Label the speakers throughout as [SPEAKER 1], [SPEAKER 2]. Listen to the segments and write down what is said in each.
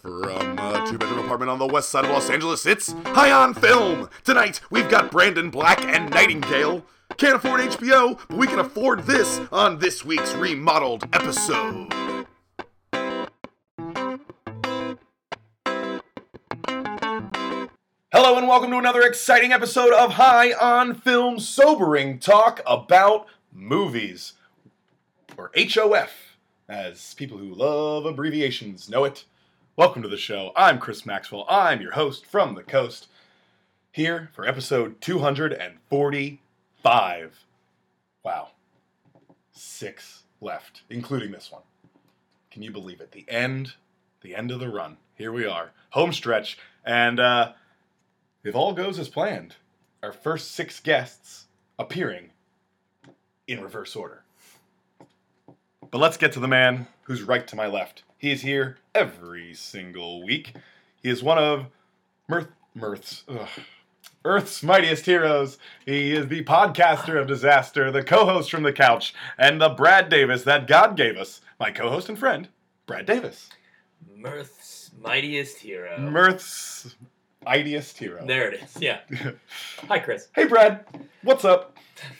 [SPEAKER 1] From a two bedroom apartment on the west side of Los Angeles, it's High on Film! Tonight, we've got Brandon Black and Nightingale. Can't afford HBO, but we can afford this on this week's remodeled episode. Hello, and welcome to another exciting episode of High on Film Sobering Talk about Movies, or HOF, as people who love abbreviations know it. Welcome to the show. I'm Chris Maxwell. I'm your host from the coast, here for episode 245. Wow. Six left, including this one. Can you believe it? The end, the end of the run. Here we are, home stretch, and uh, if all goes as planned, our first six guests appearing in reverse order. But let's get to the man who's right to my left. He is here every single week. He is one of Mirth, Mirth's, ugh, Earth's mightiest heroes. He is the podcaster of disaster, the co host from the couch, and the Brad Davis that God gave us. My co host and friend, Brad Davis.
[SPEAKER 2] Mirth's mightiest hero.
[SPEAKER 1] Mirth's mightiest hero.
[SPEAKER 2] There it is. Yeah. Hi, Chris.
[SPEAKER 1] hey, Brad. What's up?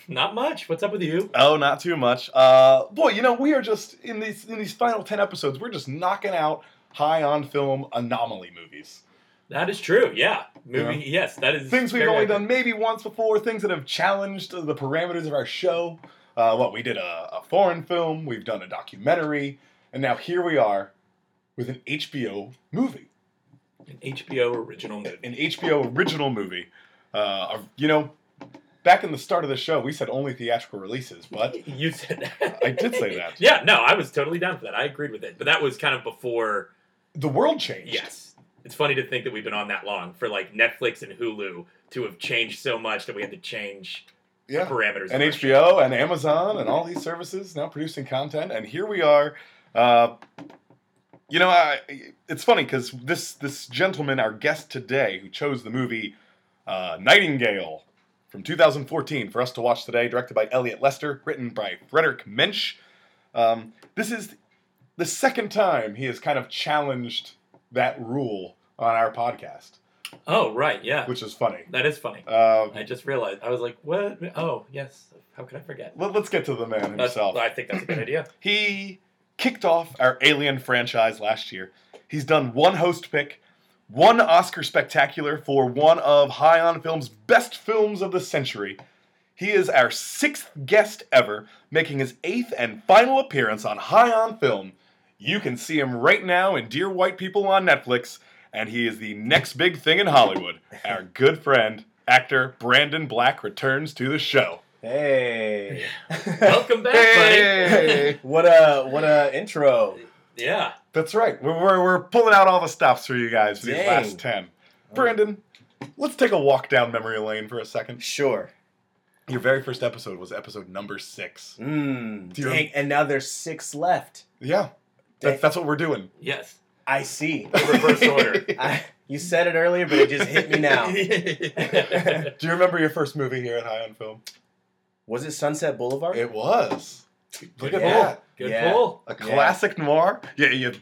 [SPEAKER 2] Not much. What's up with you?
[SPEAKER 1] Oh, not too much. Uh, boy, you know, we are just in these in these final ten episodes. We're just knocking out high on film anomaly movies,
[SPEAKER 2] That is true. Yeah. Movie. Yes, that is
[SPEAKER 1] things we've
[SPEAKER 2] very
[SPEAKER 1] only
[SPEAKER 2] accurate.
[SPEAKER 1] done maybe once before, things that have challenged the parameters of our show. Uh, what we did a, a foreign film, we've done a documentary, and now here we are with an HBO movie,
[SPEAKER 2] An HBO original movie.
[SPEAKER 1] an HBO original movie. Uh, of- you know, back in the start of the show, we said only theatrical releases, but
[SPEAKER 2] You said that.
[SPEAKER 1] I did say that.
[SPEAKER 2] yeah. No, I was totally down for that. I agreed with it. But that was kind of before.
[SPEAKER 1] the world changed.
[SPEAKER 2] Yes. It's funny to think that we've been on that long for like Netflix and Hulu to have changed so much that we had to change
[SPEAKER 1] Yeah.
[SPEAKER 2] the parameters.
[SPEAKER 1] and
[SPEAKER 2] of our show.
[SPEAKER 1] HBO and Amazon and all these services now producing content, and here we are. Uh, you know, I, it's funny because this this gentleman, our guest today, who chose the movie uh, Nightingale from 2014 for us to watch today, directed by Elliot Lester, written by Frederick Mensch. Um, this is the second time he has kind of challenged that rule on our podcast,
[SPEAKER 2] Oh, right. Yeah.
[SPEAKER 1] which is funny.
[SPEAKER 2] That is funny.
[SPEAKER 1] Uh,
[SPEAKER 2] I just realized. I was like, what? Oh, yes. How could I forget?
[SPEAKER 1] let, us get to the man
[SPEAKER 2] That's-
[SPEAKER 1] himself.
[SPEAKER 2] I think that's a good idea.
[SPEAKER 1] He kicked off our Alien franchise last year. He's done one host pick, one Oscar spectacular for one of High on Film's best films of the century. He is our sixth guest ever, making his eighth and final appearance on High on Film. You can see him right now in Dear White People on Netflix, and he is the next big thing in Hollywood. Our good friend, actor Brandon Black, returns to the show.
[SPEAKER 3] Hey.
[SPEAKER 2] Welcome back,
[SPEAKER 1] Hey!
[SPEAKER 3] what a what a intro.
[SPEAKER 2] buddy. Yeah.
[SPEAKER 1] That's right. We're, we're, we're pulling out all the stops for you guys for these
[SPEAKER 3] Dang.
[SPEAKER 1] last 10. Brandon, let's take a walk down memory lane for a second.
[SPEAKER 3] Sure.
[SPEAKER 1] Your very first episode was episode number six.
[SPEAKER 3] Mm,
[SPEAKER 1] Do you-
[SPEAKER 3] dang, and now there's six left.
[SPEAKER 1] Yeah.
[SPEAKER 3] Dang,
[SPEAKER 1] That, that's what we're doing.
[SPEAKER 2] Yes.
[SPEAKER 3] I see.
[SPEAKER 2] Reverse order.
[SPEAKER 3] I, you said it earlier, but it just hit me now.
[SPEAKER 1] Do you remember your first movie here at High on Film?
[SPEAKER 3] Was it Sunset Boulevard?
[SPEAKER 1] It was. Look at
[SPEAKER 2] Yeah.
[SPEAKER 1] that.
[SPEAKER 2] Good
[SPEAKER 3] Yeah.
[SPEAKER 2] pull.
[SPEAKER 1] A
[SPEAKER 3] Yeah.
[SPEAKER 1] classic noir. Yeah, you threw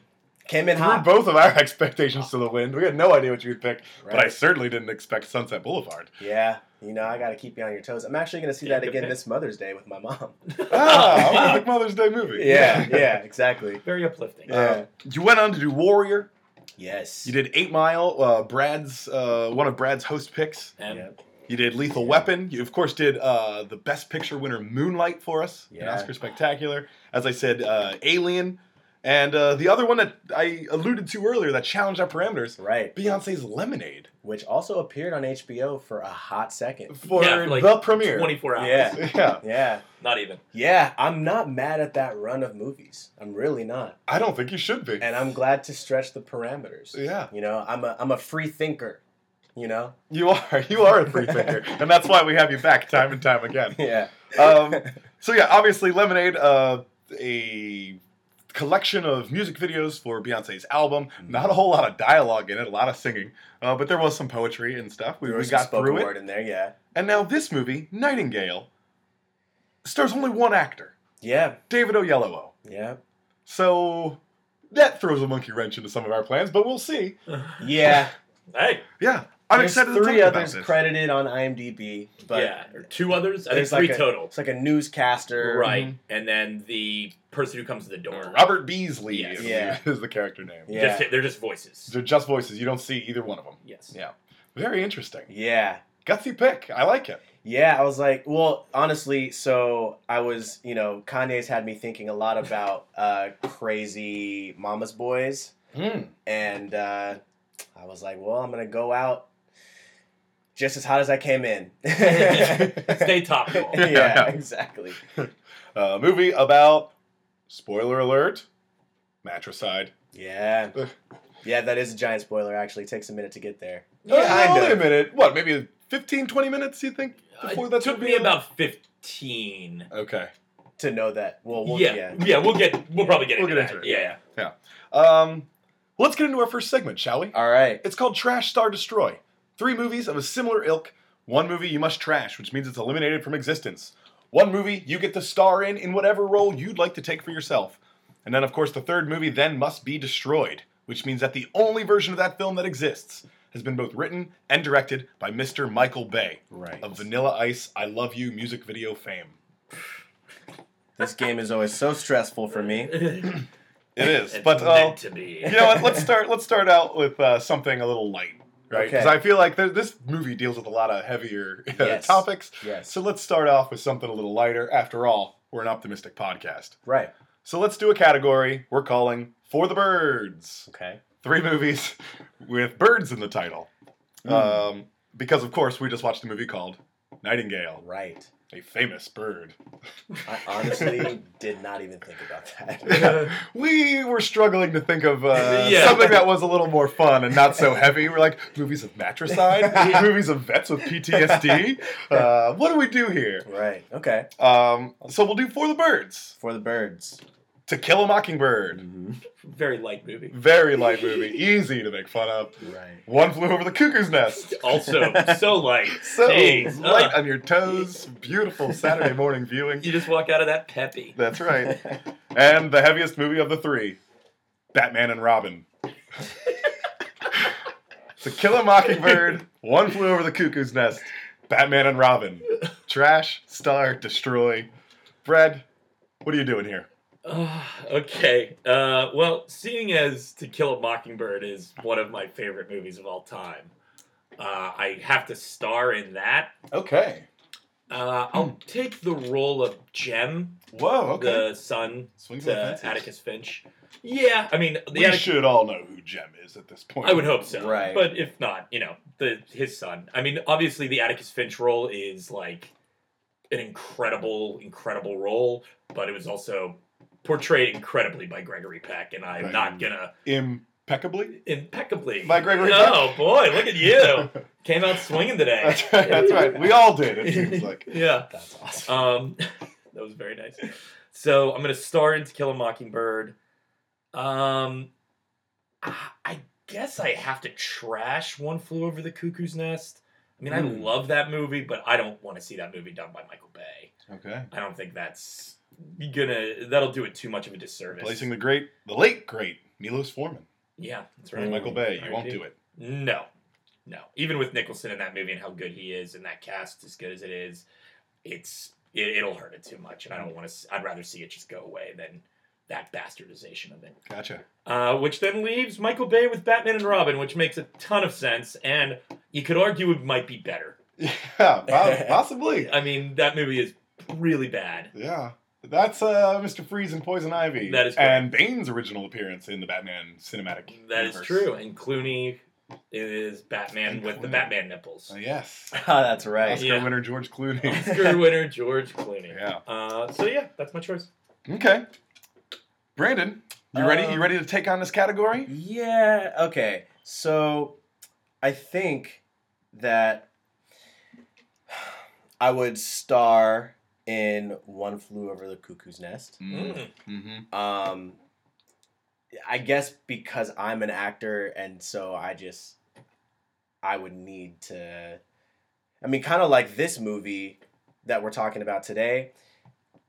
[SPEAKER 3] Came in hot.
[SPEAKER 1] both of our expectations to the wind. We had no idea what you'd pick, but I
[SPEAKER 3] Right.
[SPEAKER 1] certainly didn't expect Sunset Boulevard.
[SPEAKER 3] Yeah. You know, I got to keep you on your toes. I'm actually going to see
[SPEAKER 2] Yeah,
[SPEAKER 3] that
[SPEAKER 2] good
[SPEAKER 3] again
[SPEAKER 2] pick.
[SPEAKER 3] this Mother's Day with my mom.
[SPEAKER 1] Ah, what a big Mother's Day movie.
[SPEAKER 3] Yeah, yeah, exactly.
[SPEAKER 2] Very uplifting.
[SPEAKER 1] Uh, you went on to do Warrior,
[SPEAKER 3] Yes.
[SPEAKER 1] You did Eight Mile, uh, Brad's uh, one of Brad's host picks.
[SPEAKER 2] and
[SPEAKER 3] Yep.
[SPEAKER 1] You did Lethal Weapon. You of course did uh, the Best Picture winner Moonlight for us, an
[SPEAKER 3] Yeah.
[SPEAKER 1] Oscar spectacular. As I said, uh, Alien, and uh, the other one that I alluded to earlier that challenged our parameters,
[SPEAKER 3] Right.
[SPEAKER 1] Beyonce's Lemonade
[SPEAKER 3] Which also appeared on HBO for a hot second.
[SPEAKER 1] for
[SPEAKER 2] Yeah, like
[SPEAKER 1] the premiere.
[SPEAKER 2] 24 hours.
[SPEAKER 3] Yeah.
[SPEAKER 1] Yeah,
[SPEAKER 3] Yeah.
[SPEAKER 2] Not even.
[SPEAKER 3] Yeah, I'm not mad at that run of movies. I'm really not.
[SPEAKER 1] I don't think you should be.
[SPEAKER 3] and I'm glad to stretch the parameters.
[SPEAKER 1] Yeah,
[SPEAKER 3] You know, I'm a I'm a free thinker. You know.
[SPEAKER 1] you are. You are a free thinker, and that's why we have you back time and time again.
[SPEAKER 3] Yeah.
[SPEAKER 1] um, so yeah, obviously Lemonade, uh, a collection of music videos for Beyonce's album.
[SPEAKER 3] Mm-hmm.
[SPEAKER 1] Not a whole lot of dialogue in it, a lot of singing, uh, but there was some poetry and stuff. We,
[SPEAKER 3] There
[SPEAKER 1] we
[SPEAKER 3] was some
[SPEAKER 1] got
[SPEAKER 3] spoken
[SPEAKER 1] through
[SPEAKER 3] word
[SPEAKER 1] it,
[SPEAKER 3] in there. Yeah.
[SPEAKER 1] and now this movie, Nightingale, stars only one actor,
[SPEAKER 3] Yeah.
[SPEAKER 1] David Oyelowo.
[SPEAKER 3] Yeah.
[SPEAKER 1] So that throws a monkey wrench into some of our plans, but we'll see.
[SPEAKER 3] Yeah,
[SPEAKER 2] Hey,
[SPEAKER 1] Yeah, I'm
[SPEAKER 3] there's
[SPEAKER 1] excited
[SPEAKER 3] three
[SPEAKER 1] to talk
[SPEAKER 3] others
[SPEAKER 1] about this.
[SPEAKER 3] credited on IMDb, but
[SPEAKER 2] yeah, or two others. I think
[SPEAKER 3] there's
[SPEAKER 2] three
[SPEAKER 3] like a-
[SPEAKER 2] total.
[SPEAKER 3] it's like a newscaster.
[SPEAKER 2] Right, and then the person who comes to the door.
[SPEAKER 1] Robert Beasley
[SPEAKER 2] Yes.
[SPEAKER 1] is,
[SPEAKER 3] Yeah.
[SPEAKER 1] is the character name.
[SPEAKER 3] Yeah.
[SPEAKER 2] Just, they're just voices.
[SPEAKER 1] They're just voices. You don't see either one of them.
[SPEAKER 2] Yes.
[SPEAKER 1] Yeah. Very interesting.
[SPEAKER 3] Yeah.
[SPEAKER 1] Gutsy pick. I like it.
[SPEAKER 3] Yeah, I was like, well, honestly, so I was, you know, Kanye's had me thinking a lot about uh, crazy mama's boys,
[SPEAKER 1] Hmm.
[SPEAKER 3] and uh, I was like, well, I'm gonna go out just as hot as I came in.
[SPEAKER 2] Stay top.
[SPEAKER 1] Yeah.
[SPEAKER 3] yeah, exactly.
[SPEAKER 1] A Uh, movie about, spoiler alert, matricide.
[SPEAKER 3] Yeah, yeah, that is a giant spoiler. Actually, it takes a minute to get there.
[SPEAKER 1] Uh,
[SPEAKER 3] kinda.
[SPEAKER 1] wait a minute. What, maybe 15, 20 minutes, you think? Before
[SPEAKER 2] It
[SPEAKER 1] that's
[SPEAKER 2] Uh, took me
[SPEAKER 1] revealed?
[SPEAKER 2] about fifteen.
[SPEAKER 1] Okay.
[SPEAKER 3] To know that, well, we'll
[SPEAKER 2] yeah,
[SPEAKER 3] yeah.
[SPEAKER 2] yeah, we'll get, we'll probably get
[SPEAKER 1] We'll
[SPEAKER 2] into
[SPEAKER 1] get
[SPEAKER 2] that.
[SPEAKER 1] into it.
[SPEAKER 2] Yeah,
[SPEAKER 1] Um, well, let's get into our first segment, shall we?
[SPEAKER 3] All right.
[SPEAKER 1] It's called Trash Star Destroy. Three movies of a similar ilk. One movie you must trash, which means it's eliminated from existence. One movie you get to star in in whatever role you'd like to take for yourself. And then, of course, the third movie then must be destroyed, which means that the only version of that film that exists has been both written and directed by Mr. Michael Bay
[SPEAKER 3] Right.
[SPEAKER 1] of Vanilla Ice I Love You music video fame.
[SPEAKER 3] This game is always so stressful for me.
[SPEAKER 2] yeah.
[SPEAKER 1] It is,
[SPEAKER 2] It's
[SPEAKER 1] but uh,
[SPEAKER 2] meant to be.
[SPEAKER 1] you know what? Let's start. Let's start out with uh, something a little light, right? Because
[SPEAKER 3] Okay.
[SPEAKER 1] I feel like th- this movie deals with a lot of heavier uh,
[SPEAKER 3] Yes.
[SPEAKER 1] topics.
[SPEAKER 3] Yes.
[SPEAKER 1] So let's start off with something a little lighter. After all, we're an optimistic podcast.
[SPEAKER 3] Right.
[SPEAKER 1] So let's do a category we're calling For the Birds.
[SPEAKER 3] Okay.
[SPEAKER 1] Three movies with birds in the title.
[SPEAKER 3] Mm.
[SPEAKER 1] Um, because, of course, we just watched a movie called Nightingale,
[SPEAKER 3] Right.
[SPEAKER 1] a famous bird.
[SPEAKER 3] I honestly did not even think about that.
[SPEAKER 1] Yeah. we were struggling to think of uh,
[SPEAKER 2] Yeah.
[SPEAKER 1] something that was a little more fun and not so heavy. We're like movies of matricide,
[SPEAKER 3] Yeah.
[SPEAKER 1] movies of vets with PTSD. Uh, what do we do here?
[SPEAKER 3] Right. Okay.
[SPEAKER 1] Um, so we'll do for the birds.
[SPEAKER 3] For the birds.
[SPEAKER 1] To Kill a Mockingbird,
[SPEAKER 3] Mhm.
[SPEAKER 2] Very light movie.
[SPEAKER 1] very light movie, easy to make fun of.
[SPEAKER 3] Right.
[SPEAKER 1] One flew over the cuckoo's nest.
[SPEAKER 2] Also, so light.
[SPEAKER 1] So
[SPEAKER 2] Jeez,
[SPEAKER 1] light
[SPEAKER 2] uh,
[SPEAKER 1] on your toes. Beautiful Saturday morning viewing.
[SPEAKER 2] you just walk out of that peppy.
[SPEAKER 1] That's right. And the heaviest movie of the three, Batman and Robin. to Kill a Mockingbird, One Flew Over the Cuckoo's Nest, Batman and Robin. Trash, star, destroy. Brad, what are you doing here?
[SPEAKER 2] Uh, okay. Uh, well, seeing as To Kill a Mockingbird is one of my favorite movies of all time, uh, I have to star in that.
[SPEAKER 1] Okay.
[SPEAKER 2] Uh,
[SPEAKER 1] Hmm.
[SPEAKER 2] I'll take the role of Jem,
[SPEAKER 1] Whoa,
[SPEAKER 2] the son
[SPEAKER 1] Swings
[SPEAKER 2] to Atticus Finch. Yeah, I mean, the
[SPEAKER 1] We
[SPEAKER 2] Atticus,
[SPEAKER 1] should all know who Jem is at this point.
[SPEAKER 2] I would hope so.
[SPEAKER 3] Right.
[SPEAKER 2] But if not, you know, the his son. I mean, obviously, the Atticus Finch role is like an incredible, incredible role, but it was also portrayed incredibly by Gregory Peck, and I'm not
[SPEAKER 1] Mm.
[SPEAKER 2] gonna
[SPEAKER 1] Impeccably?
[SPEAKER 2] impeccably.
[SPEAKER 1] By Gregory
[SPEAKER 2] Oh boy, look at you! Came out swinging today.
[SPEAKER 1] That's right, that's right. We all did, it seems like.
[SPEAKER 2] yeah.
[SPEAKER 3] That's awesome.
[SPEAKER 2] Um, that was very nice. So I'm gonna star in To Kill a Mockingbird. Um, I- I guess I have to trash One Flew Over the Cuckoo's Nest. I mean, I
[SPEAKER 1] Mm.
[SPEAKER 2] love that movie, but I don't want to see that movie done by Michael Bay.
[SPEAKER 1] Okay.
[SPEAKER 2] I don't think that's gonna. That'll do it too much of a disservice.
[SPEAKER 1] Replacing the great, the late great, Milos Forman.
[SPEAKER 2] yeah, that's right.
[SPEAKER 3] Mm.
[SPEAKER 1] Michael Bay, you won't
[SPEAKER 2] R.I.P.
[SPEAKER 1] do it.
[SPEAKER 2] No, no. Even with Nicholson in that movie and how good he is, and that cast as good as it is, it's it, it'll hurt it too much, and I don't want to. I'd rather see it just go away than that bastardization of it.
[SPEAKER 1] Gotcha.
[SPEAKER 2] Uh, which then leaves Michael Bay with Batman and Robin, which makes a ton of sense, and you could argue it might be better.
[SPEAKER 1] Yeah, po- possibly.
[SPEAKER 2] I mean, that movie is really bad.
[SPEAKER 1] Yeah. That's uh, Mr. Freeze and Poison Ivy.
[SPEAKER 2] That is correct.
[SPEAKER 1] And Bane's original appearance in the Batman cinematic.
[SPEAKER 2] That is
[SPEAKER 1] universe.
[SPEAKER 2] true, and Clooney is Batman
[SPEAKER 1] And
[SPEAKER 2] with the
[SPEAKER 1] Clooney.
[SPEAKER 2] Batman nipples.
[SPEAKER 1] Uh, yes.
[SPEAKER 3] Ah, that's right.
[SPEAKER 1] Oscar
[SPEAKER 2] Yeah.
[SPEAKER 1] winner George Clooney.
[SPEAKER 2] Oscar winner George Clooney.
[SPEAKER 1] Yeah.
[SPEAKER 2] Uh, so yeah, that's my choice.
[SPEAKER 1] Okay. Brandon, you ready? You
[SPEAKER 3] Um,
[SPEAKER 1] ready to take on this category?
[SPEAKER 3] Yeah. Okay. So, I think that I would star in One Flew Over the Cuckoo's Nest.
[SPEAKER 2] Mm.
[SPEAKER 1] Mm-hmm.
[SPEAKER 3] Um, I guess because I'm an actor, and so I just I would need to. I mean, kind of like this movie that we're talking about today.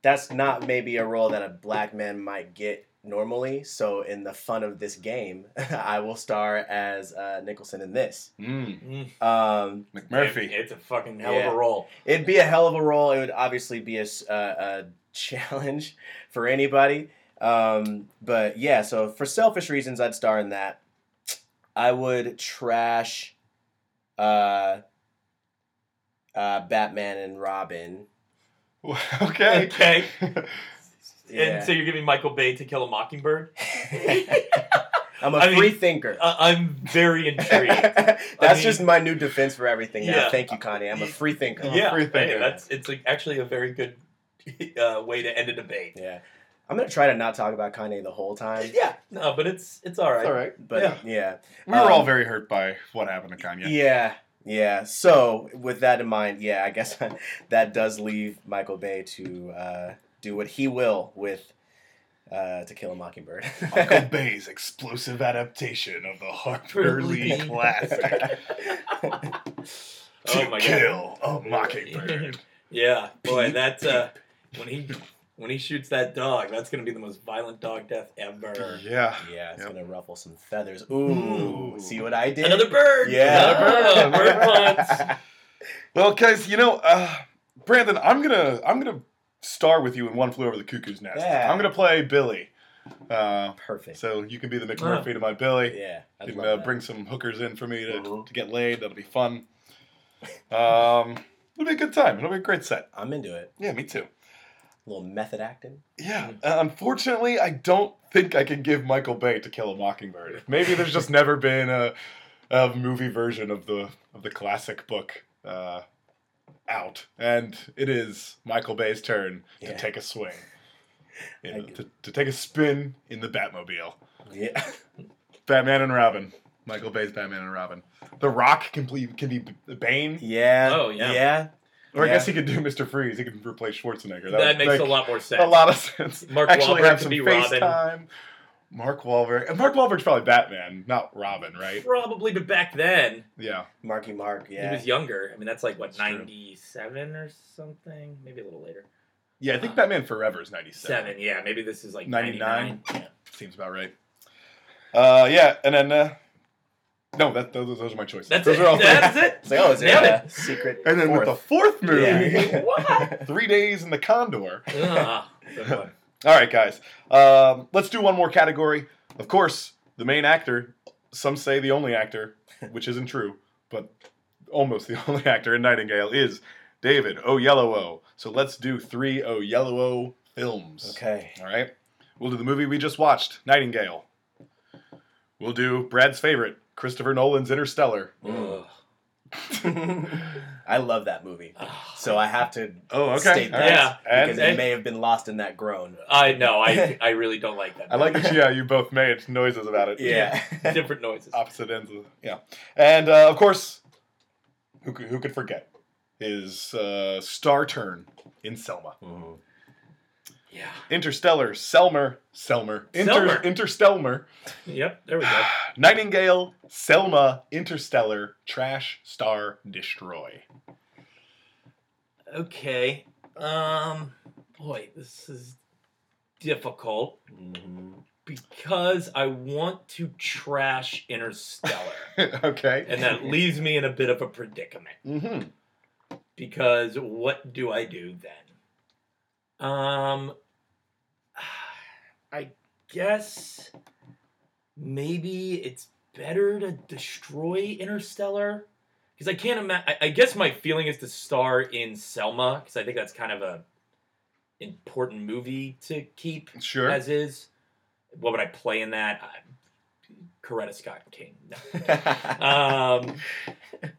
[SPEAKER 3] That's not maybe a role that a black man might get normally. So in the fun of this game, I will star as uh, Nicholson in this.
[SPEAKER 1] Mm,
[SPEAKER 2] Mm.
[SPEAKER 3] Um,
[SPEAKER 1] McMurphy.
[SPEAKER 2] It- it's a fucking hell
[SPEAKER 3] Yeah.
[SPEAKER 2] of a role.
[SPEAKER 3] it'd be a hell of a role. It would obviously be a, s- uh, a challenge for anybody. Um, but yeah, so for selfish reasons, I'd star in that. I would trash uh, uh, Batman and Robin.
[SPEAKER 1] okay.
[SPEAKER 2] Okay.
[SPEAKER 3] Yeah.
[SPEAKER 2] And so you're giving Michael Bay to kill a mockingbird?
[SPEAKER 3] I'm a
[SPEAKER 2] I mean,
[SPEAKER 3] free thinker.
[SPEAKER 2] I- I'm very intrigued.
[SPEAKER 3] That's
[SPEAKER 2] mean-
[SPEAKER 3] just my new defense for everything. now.
[SPEAKER 2] Yeah.
[SPEAKER 3] Thank you, Connie. I'm a free thinker.
[SPEAKER 1] I'm a
[SPEAKER 2] yeah,
[SPEAKER 1] free
[SPEAKER 2] hey,
[SPEAKER 1] thinker.
[SPEAKER 2] that's it's like actually a very good uh, way to end a debate.
[SPEAKER 3] Yeah. I'm gonna try to not talk about Kanye the whole time.
[SPEAKER 2] Yeah, no, but it's it's all right.
[SPEAKER 1] It's all right.
[SPEAKER 3] But yeah.
[SPEAKER 1] We were all
[SPEAKER 3] Um,
[SPEAKER 1] very hurt by what happened to
[SPEAKER 3] Yeah.
[SPEAKER 1] Kanye.
[SPEAKER 3] Yeah. So with that in mind, yeah, I guess that does leave Michael Bay to uh, do what he will with uh, To Kill a Mockingbird.
[SPEAKER 1] Michael Bay's explosive adaptation of the Harper Lee
[SPEAKER 2] Lee.
[SPEAKER 1] classic
[SPEAKER 2] Oh
[SPEAKER 1] To
[SPEAKER 2] my god.
[SPEAKER 1] Kill a Mockingbird.
[SPEAKER 2] Yeah, boy,
[SPEAKER 1] Peep,
[SPEAKER 2] that's uh, when he when he shoots that dog, that's gonna be the most violent dog death ever.
[SPEAKER 1] Yeah.
[SPEAKER 3] yeah, it's
[SPEAKER 1] Yep.
[SPEAKER 3] gonna ruffle some feathers. Ooh,
[SPEAKER 1] Ooh.
[SPEAKER 3] see what I did?
[SPEAKER 2] Another bird.
[SPEAKER 3] Yeah.
[SPEAKER 2] Ah, bird punts.
[SPEAKER 1] Well, guys, you know, uh, Brandon, I'm gonna I'm gonna star with you in One Flew Over the Cuckoo's Nest.
[SPEAKER 3] Yeah.
[SPEAKER 1] I'm gonna play Billy. Uh,
[SPEAKER 3] Perfect.
[SPEAKER 1] so you can be the McMurphy to my Billy.
[SPEAKER 3] yeah, I
[SPEAKER 1] You can
[SPEAKER 3] love
[SPEAKER 1] uh,
[SPEAKER 3] that.
[SPEAKER 1] bring some hookers in for me to,
[SPEAKER 3] Mhm.
[SPEAKER 1] to get laid. That'll be fun. Um, it'll be a good time. It'll be a great set.
[SPEAKER 3] I'm into it.
[SPEAKER 1] Yeah, me too.
[SPEAKER 3] A little method acting.
[SPEAKER 1] Yeah. Uh, unfortunately, I don't think I can give Michael Bay to Kill a Mockingbird. Maybe there's just never been a, a movie version of the of the classic book uh, out, and it is Michael Bay's turn
[SPEAKER 3] Yeah.
[SPEAKER 1] to take a swing, you
[SPEAKER 3] I
[SPEAKER 1] know,
[SPEAKER 3] get
[SPEAKER 1] to, to take a spin in the Batmobile.
[SPEAKER 3] Yeah.
[SPEAKER 1] Batman and Robin. Michael Bay's Batman and Robin. The Rock can be, can be Bane,
[SPEAKER 3] Yeah.
[SPEAKER 2] Oh, yeah.
[SPEAKER 3] Yeah.
[SPEAKER 1] or I
[SPEAKER 3] Yeah.
[SPEAKER 1] guess he could do Mister Freeze. He could replace Schwarzenegger.
[SPEAKER 2] That
[SPEAKER 1] would
[SPEAKER 2] makes a
[SPEAKER 1] make
[SPEAKER 2] lot more sense.
[SPEAKER 1] a lot of sense.
[SPEAKER 2] Mark
[SPEAKER 1] Actually,
[SPEAKER 2] Wahlberg
[SPEAKER 1] have
[SPEAKER 2] could
[SPEAKER 1] some
[SPEAKER 2] be
[SPEAKER 1] face
[SPEAKER 2] Robin.
[SPEAKER 1] time. Mark Wahlberg. and Mark Wahlberg's probably Batman, not Robin, right?
[SPEAKER 2] Probably, but back then
[SPEAKER 1] Yeah.
[SPEAKER 3] Marky Mark. Yeah.
[SPEAKER 2] he was younger. I mean, that's like what
[SPEAKER 1] That's true.
[SPEAKER 2] ninety seven or something, maybe a little later.
[SPEAKER 1] Yeah, I think Batman Forever is 97.
[SPEAKER 2] Seven, yeah. Maybe this is like ninety
[SPEAKER 1] 99.
[SPEAKER 2] nine.
[SPEAKER 1] Seems about right. Uh, yeah, and then uh, no, that those, those are my choices.
[SPEAKER 2] That's
[SPEAKER 1] those
[SPEAKER 2] it.
[SPEAKER 1] are all.
[SPEAKER 2] That's
[SPEAKER 3] It's
[SPEAKER 2] it.
[SPEAKER 3] like, oh, is
[SPEAKER 2] Nailed
[SPEAKER 3] there a secret?
[SPEAKER 1] and then with the
[SPEAKER 3] fourth?
[SPEAKER 1] fourth movie,
[SPEAKER 3] Yeah.
[SPEAKER 2] what?
[SPEAKER 1] Three Days in the Condor.
[SPEAKER 2] Ah, good one.
[SPEAKER 1] All right, guys. Um, let's do one more category. Of course, the main actor. Some say the only actor, which isn't true, but almost the only actor in Nightingale is David Oyelowo. So let's do three Oyelowo films.
[SPEAKER 3] okay.
[SPEAKER 1] All right. We'll do the movie we just watched, Nightingale. We'll do Brad's favorite, Christopher Nolan's Interstellar.
[SPEAKER 3] Mm.
[SPEAKER 2] Ugh.
[SPEAKER 3] I love that movie.
[SPEAKER 2] Ah.
[SPEAKER 3] So I have to
[SPEAKER 1] Oh,
[SPEAKER 3] state
[SPEAKER 1] All right.
[SPEAKER 2] Yeah.
[SPEAKER 3] that because
[SPEAKER 1] And
[SPEAKER 2] and-
[SPEAKER 3] it may have been lost in that groan.
[SPEAKER 2] I know. I I really don't like that.
[SPEAKER 1] I like that you, yeah, you both made noises about it.
[SPEAKER 3] Yeah.
[SPEAKER 2] different noises.
[SPEAKER 1] opposite ends of yeah and uh, of course who could, who could forget his uh, star turn in selma
[SPEAKER 3] Mm-hmm.
[SPEAKER 2] Yeah.
[SPEAKER 1] interstellar selmer selmer inter
[SPEAKER 2] Selmer.
[SPEAKER 1] interstellar
[SPEAKER 2] Yep. There we go.
[SPEAKER 1] nightingale selma interstellar trash star destroy
[SPEAKER 2] Okay. Um. Boy, this is difficult
[SPEAKER 1] Mm-hmm.
[SPEAKER 2] because I want to trash Interstellar,
[SPEAKER 1] okay
[SPEAKER 2] and that leaves me in a bit of a predicament.
[SPEAKER 1] mm-hmm.
[SPEAKER 2] because what do I do then? Um, I guess maybe it's better to destroy Interstellar because I can't imagine. I guess my feeling is to star in Selma because I think that's kind of a important movie to keep
[SPEAKER 1] sure
[SPEAKER 2] as is. What would I play in that? I, Coretta Scott King.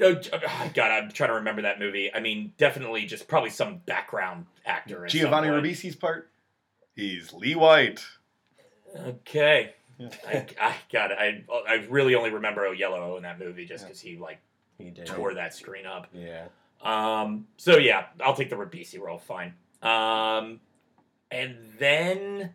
[SPEAKER 2] No um, oh, j- oh, God, I'm trying to remember that movie. I mean, definitely just probably some background actor. or
[SPEAKER 1] giovanni
[SPEAKER 2] someone.
[SPEAKER 1] ribisi's part he's lee white
[SPEAKER 2] Okay.
[SPEAKER 1] Yeah.
[SPEAKER 2] I, I got it. I, I really only remember O'Yellow in that movie just
[SPEAKER 1] Yeah.
[SPEAKER 2] because he like
[SPEAKER 3] He did.
[SPEAKER 2] tore that screen up.
[SPEAKER 3] Yeah.
[SPEAKER 2] Um, so yeah, I'll take the Rabisi roll. Fine. Um, and then,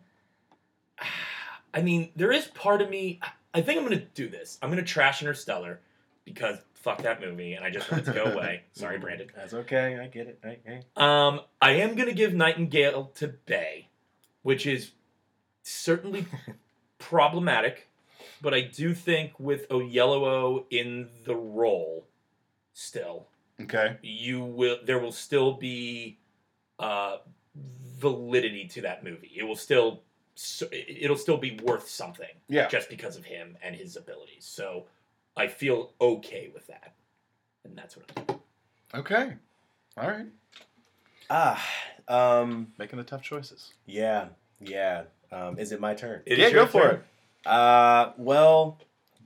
[SPEAKER 2] I mean, there is part of me. I think I'm gonna do this. I'm gonna trash Interstellar because fuck that movie, and I just want it to go away. Sorry, Brandon.
[SPEAKER 3] Mm-hmm. That's okay. I get it. I, I-
[SPEAKER 2] Um, I am gonna give Nightingale to Bay, which is certainly problematic, but I do think with Oyelowo in the role, still
[SPEAKER 1] Okay.
[SPEAKER 2] you will there will still be uh, validity to that movie. It will still so- it'll still be worth something
[SPEAKER 1] Yeah.
[SPEAKER 2] just because of him and his abilities. So I feel okay with that, and that's what I'm.
[SPEAKER 1] Okay. All right.
[SPEAKER 3] Ah, um,
[SPEAKER 1] Making the tough choices.
[SPEAKER 3] yeah, yeah. Um, is it my turn?
[SPEAKER 2] It
[SPEAKER 1] yeah,
[SPEAKER 2] is your
[SPEAKER 1] go for
[SPEAKER 2] turn.
[SPEAKER 1] it.
[SPEAKER 3] Uh, well,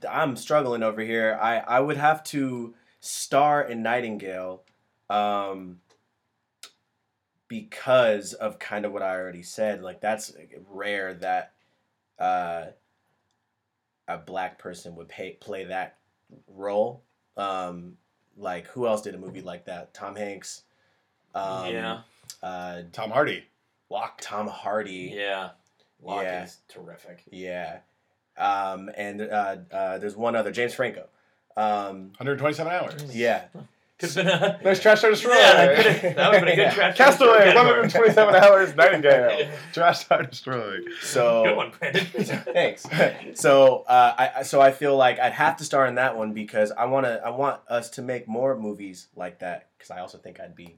[SPEAKER 3] I'm struggling over here. I I would have to star in Nightingale, um, because of kind of what I already said. Like that's rare that uh, a black person would pay, play that role. Um, like who else did a movie like that? Tom Hanks. Um,
[SPEAKER 2] yeah,
[SPEAKER 3] Uh,
[SPEAKER 1] Tom Hardy. Locked.
[SPEAKER 3] Tom Hardy.
[SPEAKER 2] yeah, Locke
[SPEAKER 3] yeah.
[SPEAKER 2] is terrific.
[SPEAKER 3] Yeah. Um, and uh, uh, there's one other, James Franco. Um,
[SPEAKER 1] 127 hours.
[SPEAKER 3] yeah.
[SPEAKER 2] Could've been a-
[SPEAKER 1] Nice trash to destroy.
[SPEAKER 2] Yeah, that, could've- that would've been a good
[SPEAKER 3] Yeah.
[SPEAKER 2] trash.
[SPEAKER 1] Castaway.
[SPEAKER 2] Good one.
[SPEAKER 1] 127 hours. Nightingale. Trash to destroy.
[SPEAKER 2] Good
[SPEAKER 3] So
[SPEAKER 2] one, Brandon.
[SPEAKER 3] thanks. So uh, I I- so I feel like I'd have to star in that one because I want to I want us to make more movies like that because I also think I'd be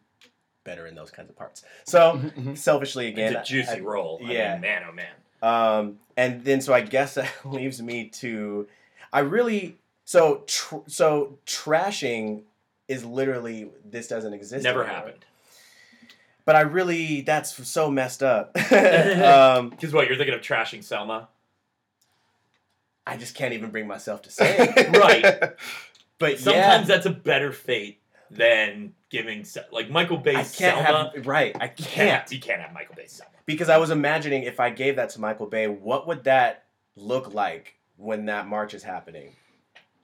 [SPEAKER 3] better in those kinds of parts. So selfishly again,
[SPEAKER 2] it's a Mm-hmm. juicy
[SPEAKER 3] I-
[SPEAKER 2] roll. I
[SPEAKER 3] yeah.
[SPEAKER 2] mean, man, oh man.
[SPEAKER 3] Um, and then so I guess that leaves me to, I really so tr- so trashing is literally this doesn't exist.
[SPEAKER 2] Never
[SPEAKER 3] anymore.
[SPEAKER 2] happened.
[SPEAKER 3] But I really that's so messed up. um,
[SPEAKER 2] Because what you're thinking of trashing Selma?
[SPEAKER 3] I just can't even bring myself to say it.
[SPEAKER 2] Right.
[SPEAKER 3] But
[SPEAKER 2] Sometimes
[SPEAKER 3] sometimes
[SPEAKER 2] that's a better fate than giving Se- like Michael Bay
[SPEAKER 3] yeah, I can't
[SPEAKER 2] Selma.
[SPEAKER 3] have right. I
[SPEAKER 2] you can't.
[SPEAKER 3] can't
[SPEAKER 2] You can't have Michael Bay Selma.
[SPEAKER 3] because I was imagining if I gave that to Michael Bay, what would that look like when that march is happening?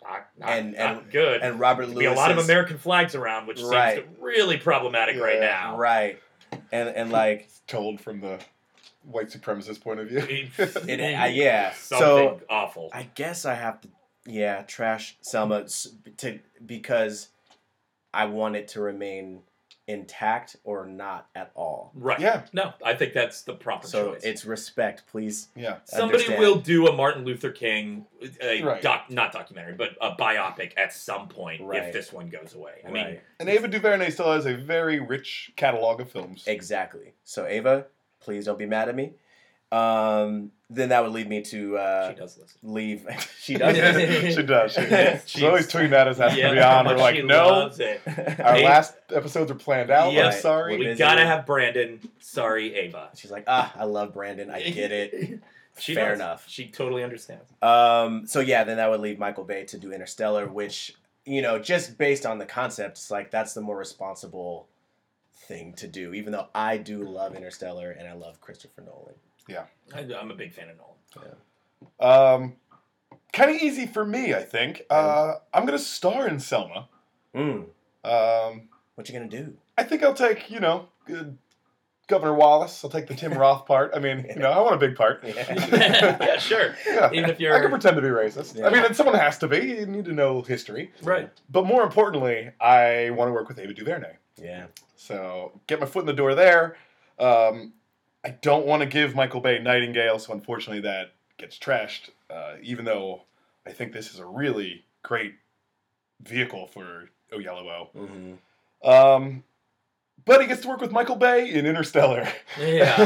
[SPEAKER 2] Not, not,
[SPEAKER 3] And-
[SPEAKER 2] not
[SPEAKER 3] and-
[SPEAKER 2] good.
[SPEAKER 3] And Robert
[SPEAKER 2] There'd be
[SPEAKER 3] Lewis
[SPEAKER 2] a lot of
[SPEAKER 3] is-
[SPEAKER 2] American flags around, which seems
[SPEAKER 3] Right.
[SPEAKER 2] to really problematic right now.
[SPEAKER 3] right? And and like
[SPEAKER 1] Told from the white supremacist point of view.
[SPEAKER 3] It- uh, yeah.
[SPEAKER 2] Something
[SPEAKER 3] So-
[SPEAKER 2] awful.
[SPEAKER 3] I guess I have to, yeah, trash Selma s- to because I want it to remain intact or not at all.
[SPEAKER 2] right.
[SPEAKER 1] Yeah.
[SPEAKER 2] No, I think that's the proper
[SPEAKER 3] So
[SPEAKER 2] choice.
[SPEAKER 3] it's respect, please.
[SPEAKER 1] Yeah.
[SPEAKER 2] Somebody
[SPEAKER 3] understand.
[SPEAKER 2] will do a Martin Luther King, a
[SPEAKER 1] Right.
[SPEAKER 2] doc, not documentary, but a biopic at some point if
[SPEAKER 3] Right.
[SPEAKER 2] this one goes away. I mean,
[SPEAKER 3] right.
[SPEAKER 1] And Ava DuVernay still has a very rich catalog of films.
[SPEAKER 3] exactly. So Ava, please don't be mad at me. Um, then that would lead me to uh,
[SPEAKER 2] she does listen.
[SPEAKER 3] leave. she does.
[SPEAKER 1] she does. She, she's
[SPEAKER 2] Jeez.
[SPEAKER 1] always tweeting at us after the on.
[SPEAKER 2] but
[SPEAKER 1] We're like,
[SPEAKER 2] she
[SPEAKER 1] no,
[SPEAKER 2] loves it.
[SPEAKER 1] our
[SPEAKER 2] Hey.
[SPEAKER 1] last episodes are planned out.
[SPEAKER 2] Yeah.
[SPEAKER 1] I'm sorry.
[SPEAKER 2] We
[SPEAKER 3] busy.
[SPEAKER 2] gotta have Brandon. Sorry, Ava.
[SPEAKER 3] She's like, ah, I love Brandon. I get it.
[SPEAKER 2] She
[SPEAKER 3] Fair
[SPEAKER 2] does.
[SPEAKER 3] enough.
[SPEAKER 2] She totally understands.
[SPEAKER 3] Um, so yeah, then that would leave Michael Bay to do Interstellar, which you know, just based on the concept, it's like that's the more responsible thing to do. Even though I do love Interstellar and I love Christopher Nolan.
[SPEAKER 2] I, I'm a big fan of Nolan.
[SPEAKER 1] Um, kind of easy for me, I think. Uh, I'm gonna star in Selma.
[SPEAKER 2] Hmm.
[SPEAKER 3] Mm.
[SPEAKER 1] Um,
[SPEAKER 3] What you gonna do?
[SPEAKER 1] I think I'll take you know uh, Governor Wallace. I'll take the Tim Roth part. I mean, you know, I want a big part.
[SPEAKER 2] yeah, sure.
[SPEAKER 1] Yeah.
[SPEAKER 2] Even if
[SPEAKER 1] I can
[SPEAKER 2] you're
[SPEAKER 1] pretend to be racist. I
[SPEAKER 3] Yeah.
[SPEAKER 1] mean, and someone has to be. You need to know history.
[SPEAKER 2] right,
[SPEAKER 1] But more importantly, I want to work with Ava DuVernay.
[SPEAKER 3] Yeah.
[SPEAKER 1] So get my foot in the door there. Um, I don't want to give Michael Bay Nightingale, so unfortunately that gets trashed. Uh, even though I think this is a really great vehicle for Oyelowo.
[SPEAKER 3] Mm-hmm.
[SPEAKER 1] Um, but he gets to work with Michael Bay in Interstellar.
[SPEAKER 2] yeah,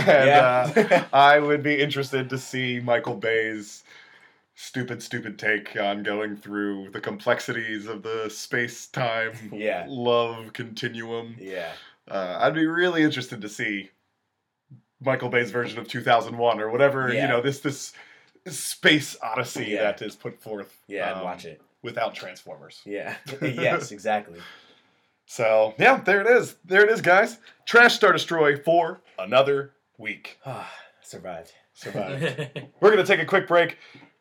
[SPEAKER 1] and uh,
[SPEAKER 3] yeah.
[SPEAKER 1] I would be interested to see Michael Bay's stupid, stupid take on going through the complexities of the space time
[SPEAKER 3] yeah.
[SPEAKER 1] love continuum.
[SPEAKER 3] Yeah.
[SPEAKER 1] Uh, I'd be really interested to see Michael Bay's version of 2001 or whatever you
[SPEAKER 3] Yeah.
[SPEAKER 1] know this this space odyssey
[SPEAKER 3] Yeah.
[SPEAKER 1] that is put forth.
[SPEAKER 3] Yeah.
[SPEAKER 1] um,
[SPEAKER 3] I'd watch it.
[SPEAKER 1] without Transformers.
[SPEAKER 3] Yeah. yes. Exactly.
[SPEAKER 1] So yeah, there it is. There it is, guys. Trash Star Destroy for another week.
[SPEAKER 3] Ah, survived.
[SPEAKER 1] Survive. We're gonna take a quick break,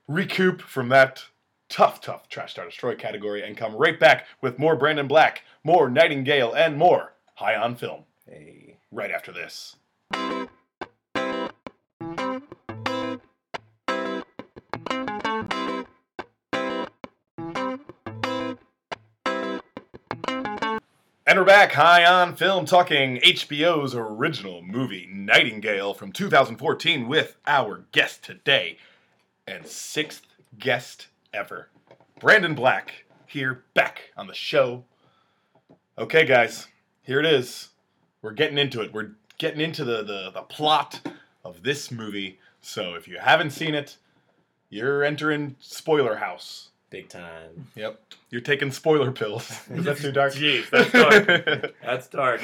[SPEAKER 1] recoup from that tough, tough Trash Star Destroy category, and come right back with more Brandon Black, more Nightingale, and more High on Film.
[SPEAKER 3] Hey.
[SPEAKER 1] Right after this. And we're back high on film talking HBO's original movie, Nightingale, from 2014, with our guest today and sixth guest ever, Brandon Black, here back on the show. Okay, guys, here it is. We're getting into it. We're getting into the, the, the plot of this movie. So if you haven't seen it, you're entering spoiler house.
[SPEAKER 3] Big time.
[SPEAKER 1] Yep. You're taking spoiler pills. Is that too dark?
[SPEAKER 2] Jeez, that's dark. That's dark.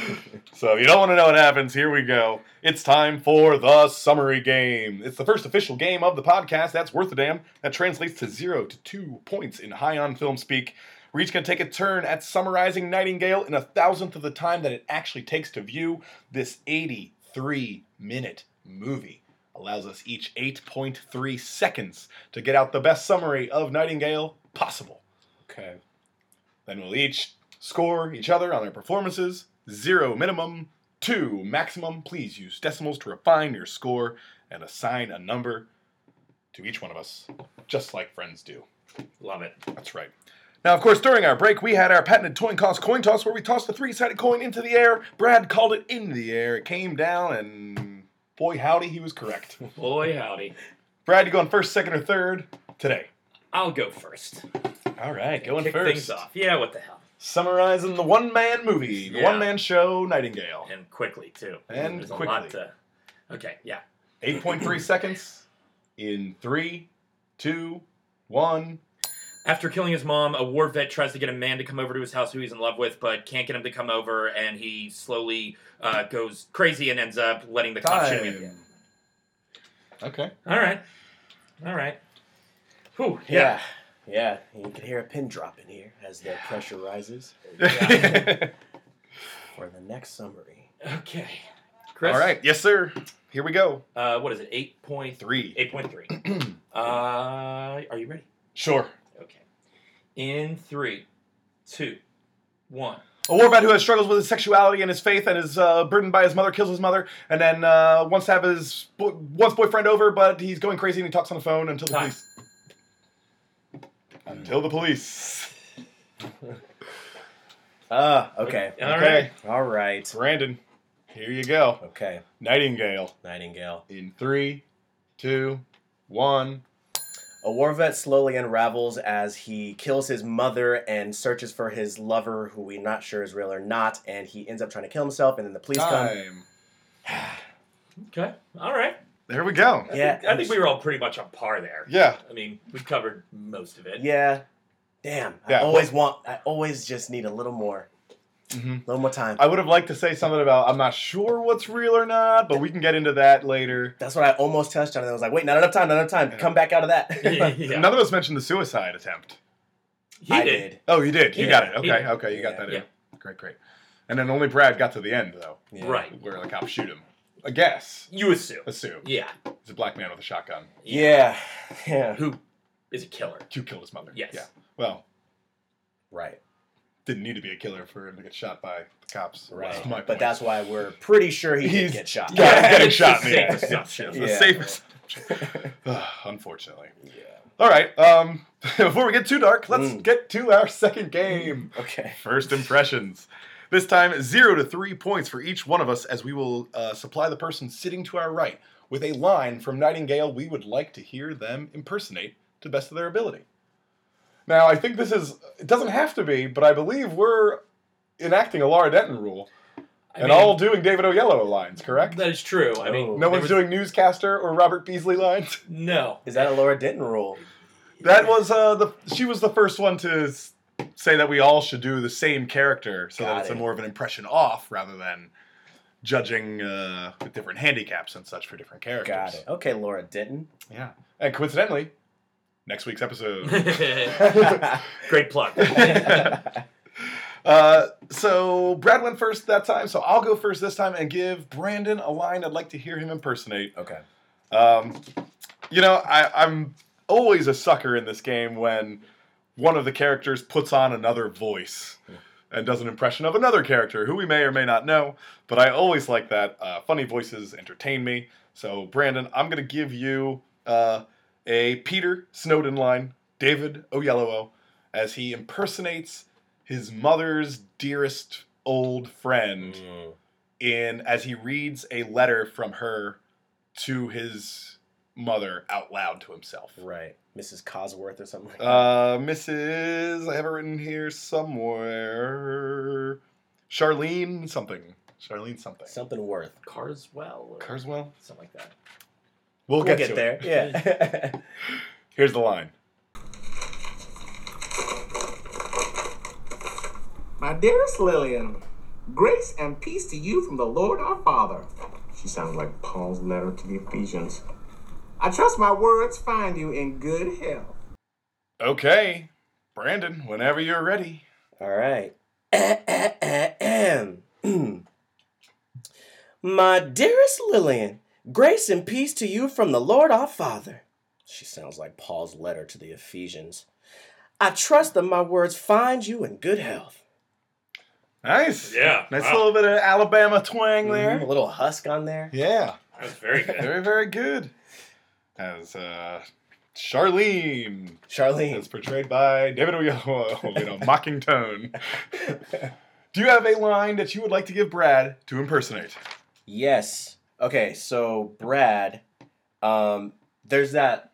[SPEAKER 1] So if you don't want to know what happens, here we go. It's time for the summary game. It's the first official game of the podcast that's worth a damn. That translates to zero to two points in high on film speak. We're each going to take a turn at summarizing Nightingale in a thousandth of the time that it actually takes to view this 83 minute movie. Allows us each 8.3 seconds to get out the best summary of Nightingale possible.
[SPEAKER 3] Okay.
[SPEAKER 1] Then we'll each score each other on their performances. Zero minimum, two maximum. Please use decimals to refine your score and assign a number to each one of us, just like friends do.
[SPEAKER 2] Love it.
[SPEAKER 1] That's right. Now, of course, during our break, we had our patented coin toss coin toss where we tossed a three sided coin into the air. Brad called it in the air. It came down, and boy, howdy, he was correct.
[SPEAKER 2] Boy, howdy.
[SPEAKER 1] Brad, you going first, second, or third today?
[SPEAKER 2] I'll go first.
[SPEAKER 1] All right, going
[SPEAKER 2] Kick things
[SPEAKER 1] first.
[SPEAKER 2] off. Yeah, what the hell?
[SPEAKER 1] Summarizing the one man movie, the
[SPEAKER 2] Yeah.
[SPEAKER 1] one man show, Nightingale.
[SPEAKER 2] And quickly, too.
[SPEAKER 1] And
[SPEAKER 2] There's
[SPEAKER 1] quickly.
[SPEAKER 2] a lot to. Okay, yeah.
[SPEAKER 1] 8.3 seconds in three, two, one.
[SPEAKER 2] After killing his mom, a war vet tries to get a man to come over to his house who he's in love with, but can't get him to come over, and he slowly uh, goes crazy and ends up letting the cops shoot him.
[SPEAKER 1] Time. Okay.
[SPEAKER 2] All right. All right. Whew, yeah.
[SPEAKER 3] Yeah. Yeah. You can hear a pin drop in here as the pressure rises
[SPEAKER 2] Yeah.
[SPEAKER 3] for the next summary.
[SPEAKER 2] Okay. Chris?
[SPEAKER 1] All right. Yes, sir. Here we go.
[SPEAKER 2] Uh, what is it? 8.3.
[SPEAKER 1] Three.
[SPEAKER 2] 8.3. uh, are you ready?
[SPEAKER 1] Sure.
[SPEAKER 2] Okay. In three, two, one.
[SPEAKER 1] A war vet who has struggles with his sexuality and his faith and is uh, burdened by his mother kills his mother and then uh, wants to have his bo- once boyfriend over, but he's going crazy and he talks on the phone until the
[SPEAKER 2] Time.
[SPEAKER 1] police. Until the police.
[SPEAKER 3] Ah, okay.
[SPEAKER 2] All right.
[SPEAKER 1] Okay.
[SPEAKER 3] All right.
[SPEAKER 1] Brandon, here you go.
[SPEAKER 3] Okay.
[SPEAKER 1] Nightingale.
[SPEAKER 3] Nightingale.
[SPEAKER 1] In three, two, one.
[SPEAKER 3] A war vet slowly unravels as he kills his mother and searches for his lover, who we're not sure is real or not, and he ends up trying to kill himself, and then the police come.
[SPEAKER 1] Time.
[SPEAKER 2] Okay. All right.
[SPEAKER 1] There we go.
[SPEAKER 2] I
[SPEAKER 3] Yeah,
[SPEAKER 2] Think, I think we were all pretty much on par there.
[SPEAKER 1] Yeah.
[SPEAKER 2] I mean, we covered most of it.
[SPEAKER 3] Yeah. Damn.
[SPEAKER 1] Yeah.
[SPEAKER 3] I always want, I always just need a little more, a little more time.
[SPEAKER 1] I would have liked to say something about I'm not sure what's real or not, but we can get into that later.
[SPEAKER 3] That's what I almost touched on, and I was like, wait, not enough time, not enough time.
[SPEAKER 1] Yeah.
[SPEAKER 3] Come back out of that.
[SPEAKER 2] Yeah. Yeah.
[SPEAKER 1] None of us mentioned the suicide attempt.
[SPEAKER 2] He
[SPEAKER 3] I
[SPEAKER 2] did.
[SPEAKER 3] did.
[SPEAKER 1] Oh, you did. You
[SPEAKER 2] Yeah.
[SPEAKER 1] got it. Okay.
[SPEAKER 2] Yeah.
[SPEAKER 1] Okay. You got that in.
[SPEAKER 2] Yeah.
[SPEAKER 1] Great. Great. And then only Brad got to the end though,
[SPEAKER 3] Yeah.
[SPEAKER 2] Right.
[SPEAKER 1] where the cops shoot him. I guess.
[SPEAKER 2] You assume.
[SPEAKER 1] Assume
[SPEAKER 2] Yeah.
[SPEAKER 1] he's a black man with a shotgun.
[SPEAKER 3] Yeah. Yeah.
[SPEAKER 2] Who is a killer?
[SPEAKER 1] Who killed his mother?
[SPEAKER 2] Yes.
[SPEAKER 1] Yeah. Well,
[SPEAKER 3] Right.
[SPEAKER 1] didn't need to be a killer for him to get shot by the cops.
[SPEAKER 3] Right.
[SPEAKER 1] That's my
[SPEAKER 3] But
[SPEAKER 1] point.
[SPEAKER 3] that's why we're pretty sure he
[SPEAKER 1] He's-
[SPEAKER 3] did get shot.
[SPEAKER 1] Yeah,
[SPEAKER 2] Yeah,
[SPEAKER 1] getting
[SPEAKER 2] it's
[SPEAKER 1] shot
[SPEAKER 2] the
[SPEAKER 1] in the ass.
[SPEAKER 2] safest
[SPEAKER 1] Yeah,
[SPEAKER 2] option.
[SPEAKER 1] it's
[SPEAKER 3] Yeah.
[SPEAKER 1] the safest option. Unfortunately.
[SPEAKER 3] Yeah.
[SPEAKER 1] All right. Um, before we get too dark, let's
[SPEAKER 3] Mm.
[SPEAKER 1] get to our second game.
[SPEAKER 3] Okay.
[SPEAKER 1] First impressions. This time, zero to three points for each one of us, as we will uh, supply the person sitting to our right with a line from Nightingale we would like to hear them impersonate to the best of their ability. Now, I think this is. It doesn't have to be, but I believe we're enacting a Laura Denton rule
[SPEAKER 2] I
[SPEAKER 1] and
[SPEAKER 2] mean,
[SPEAKER 1] all doing David Oyelowo lines, correct?
[SPEAKER 2] That is true. I mean,
[SPEAKER 3] Oh.
[SPEAKER 1] No
[SPEAKER 2] there
[SPEAKER 1] one's
[SPEAKER 2] was-
[SPEAKER 1] doing newscaster or Robert Beasley lines.
[SPEAKER 2] No.
[SPEAKER 3] Is that a Laura Denton rule?
[SPEAKER 1] That was uh the she was the first one to s- say that we all should do the same character so that
[SPEAKER 3] Got
[SPEAKER 1] it's a
[SPEAKER 3] it.
[SPEAKER 1] more of an impression off rather than judging uh, with different handicaps and such for different characters.
[SPEAKER 3] Got it. Okay, Laura Denton.
[SPEAKER 1] Yeah. And coincidentally, next week's episode.
[SPEAKER 2] Great plug.
[SPEAKER 1] uh, so Brad went first that time, so I'll go first this time and give Brandon a line I'd like to hear him impersonate.
[SPEAKER 3] okay.
[SPEAKER 1] Um, you know, I, I'm always a sucker in this game when one of the characters puts on another voice and does an impression of another character who we may or may not know. But I always like that. Uh, funny voices entertain me. So, Brandon, I'm going to give you uh, a Peter Snowden line, David Oyelowo, as he impersonates his mother's dearest old friend
[SPEAKER 3] Mm.
[SPEAKER 1] in as he reads a letter from her to his mother out loud to himself.
[SPEAKER 3] Right. Mrs. Cosworth or something like that.
[SPEAKER 1] Uh, Mrs. I have it written here somewhere. Charlene something. Charlene something.
[SPEAKER 3] Something worth.
[SPEAKER 2] Carswell or
[SPEAKER 1] Carswell.
[SPEAKER 2] something like that.
[SPEAKER 1] We'll,
[SPEAKER 3] We'll,
[SPEAKER 1] get,
[SPEAKER 3] get,
[SPEAKER 1] to it.
[SPEAKER 3] there. Yeah.
[SPEAKER 1] Here's the line.
[SPEAKER 4] My dearest Lillian, grace and peace to you from the Lord our Father. She sounds like Paul's letter to the Ephesians. I trust my words find you in good health.
[SPEAKER 1] Okay, Brandon, whenever you're ready.
[SPEAKER 3] All right. My dearest Lillian, grace and peace to you from the Lord our Father. She sounds like Paul's letter to the Ephesians. I trust that my words find you in good health.
[SPEAKER 1] Nice.
[SPEAKER 2] Yeah,
[SPEAKER 1] Nice
[SPEAKER 2] wow.
[SPEAKER 1] little bit of Alabama twang there.
[SPEAKER 3] Mhm, A little husk on there.
[SPEAKER 1] Yeah.
[SPEAKER 2] That was very good.
[SPEAKER 1] Very, very good. As uh, Charlene
[SPEAKER 3] Charlene.
[SPEAKER 1] is portrayed by David Oyelowo in a mocking tone. Do you have a line that you would like to give Brad to impersonate?
[SPEAKER 3] Yes. Okay, so Brad, um, there's that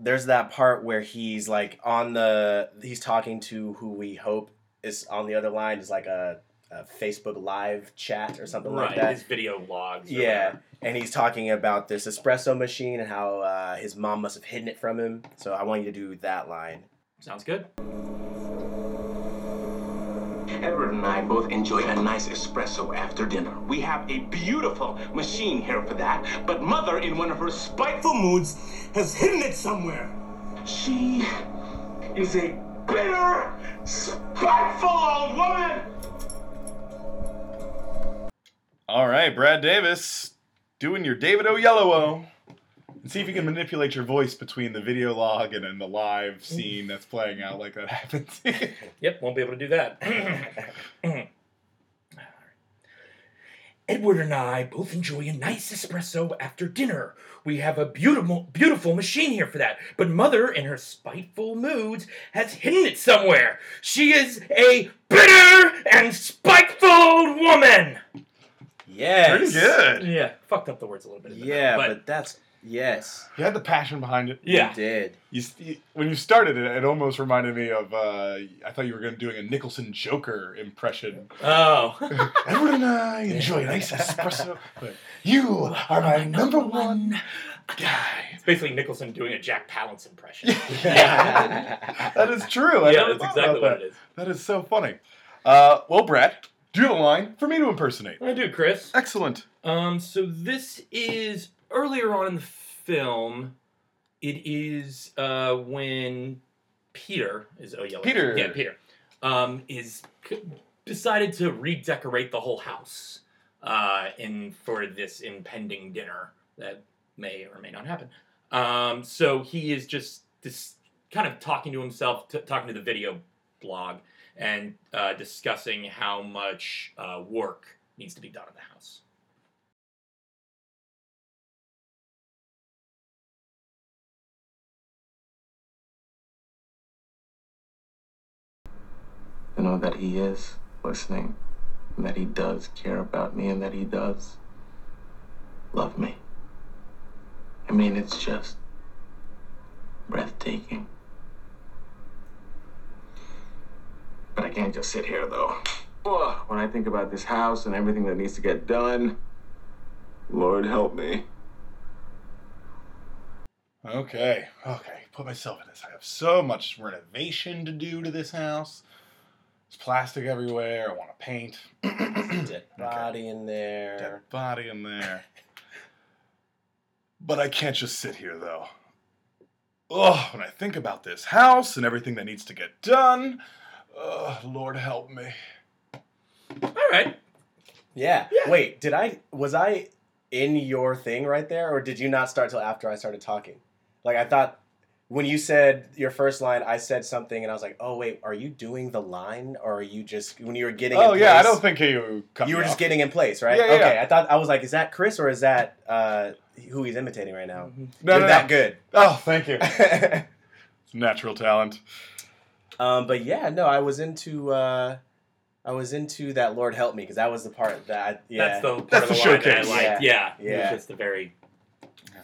[SPEAKER 3] there's that part where he's like on the he's talking to who we hope is on the other line is like a, a Facebook live chat or something
[SPEAKER 2] right,
[SPEAKER 3] like that.
[SPEAKER 2] his video logs. or
[SPEAKER 3] Yeah,
[SPEAKER 2] whatever.
[SPEAKER 3] and he's talking about this espresso machine and how uh, his mom must have hidden it from him. So I want you to do that line.
[SPEAKER 2] sounds good.
[SPEAKER 5] Edward and I both enjoy a nice espresso after dinner. We have a beautiful machine here for that, but Mother, in one of her spiteful moods, has hidden it somewhere. She is a bitter, spiteful old woman!
[SPEAKER 1] All right, Brad Davis, doing your David Oyelowo. And see if you can manipulate your voice between the video log and then the live scene that's playing out like that happens.
[SPEAKER 2] Yep, won't be able to do that. Edward and I both enjoy a nice espresso after dinner. We have a beautiful, beautiful machine here for that. But Mother, in her spiteful moods, has hidden it somewhere. She is a bitter and spiteful old woman.
[SPEAKER 3] Yes.
[SPEAKER 1] Pretty good.
[SPEAKER 2] Yeah, fucked up the words a little bit. in the middle,
[SPEAKER 3] Yeah, but, that's yes.
[SPEAKER 1] You had the passion behind it.
[SPEAKER 3] you
[SPEAKER 2] yeah,
[SPEAKER 3] did.
[SPEAKER 1] You, you, when you started it, it almost reminded me of uh, I thought you were going to doing a Nicholson Joker impression.
[SPEAKER 2] Oh.
[SPEAKER 1] Edward and I enjoy a nice espresso. But you are my number one guy.
[SPEAKER 2] it's basically Nicholson doing a Jack Palance impression.
[SPEAKER 1] That is true. I
[SPEAKER 2] yeah,
[SPEAKER 1] never
[SPEAKER 2] that's
[SPEAKER 1] thought
[SPEAKER 2] exactly
[SPEAKER 1] about
[SPEAKER 2] what
[SPEAKER 1] that.
[SPEAKER 2] it is.
[SPEAKER 1] That is so funny. Uh, well, Brad, do you have a line for me to impersonate?
[SPEAKER 2] I do, Chris.
[SPEAKER 1] Excellent.
[SPEAKER 2] Um, so this is earlier on in the film. It is uh, when Peter is oh yeah like-
[SPEAKER 1] Peter.
[SPEAKER 2] yeah Peter um, is c- decided to redecorate the whole house uh, in for this impending dinner that may or may not happen. Um, so he is just this kind of talking to himself, t- talking to the video blog, and uh, discussing how much uh, work needs to be done in the house.
[SPEAKER 5] You know that he is listening, and that he does care about me, and that he does love me. I mean, it's just breathtaking. But I can't just sit here, though. Ugh, when I think about this house and everything that needs to get done, Lord help me.
[SPEAKER 1] Okay, okay. Put myself in this. I have so much renovation to do to this house. There's plastic everywhere. I want to paint.
[SPEAKER 3] Dead body in
[SPEAKER 1] dead
[SPEAKER 3] there.
[SPEAKER 1] body in there. but I can't just sit here though. Oh, when I think about this house and everything that needs to get done, oh, Lord help me.
[SPEAKER 2] All right.
[SPEAKER 3] Yeah.
[SPEAKER 2] Yeah.
[SPEAKER 3] Wait, did I was I in your thing right there, or did you not start till after I started talking? Like I thought when you said your first line, I said something, and I was like, "Oh wait, are you doing the line, or are you just when you were getting?"
[SPEAKER 1] Oh
[SPEAKER 3] in
[SPEAKER 1] yeah, I
[SPEAKER 3] place-
[SPEAKER 1] don't think you cut
[SPEAKER 3] you
[SPEAKER 1] me
[SPEAKER 3] were just
[SPEAKER 1] off.
[SPEAKER 3] getting in place, right?
[SPEAKER 1] Yeah, yeah,
[SPEAKER 3] okay,
[SPEAKER 1] yeah.
[SPEAKER 3] I thought I was like, is that Chris or is that uh, who he's imitating right now?
[SPEAKER 1] no,
[SPEAKER 3] You're
[SPEAKER 1] Mm-hmm. no,
[SPEAKER 3] that
[SPEAKER 1] no. Oh, thank you.
[SPEAKER 3] good.
[SPEAKER 1] Natural talent.
[SPEAKER 3] um, but yeah, no, I was into uh, I was into that. Lord help me, because that was the part that I, yeah.
[SPEAKER 2] That's the part
[SPEAKER 1] That's
[SPEAKER 2] of
[SPEAKER 1] the
[SPEAKER 2] the, line that I
[SPEAKER 1] showcase.
[SPEAKER 2] liked. Yeah, yeah. It
[SPEAKER 3] Yeah.
[SPEAKER 2] was just a very
[SPEAKER 1] Yeah.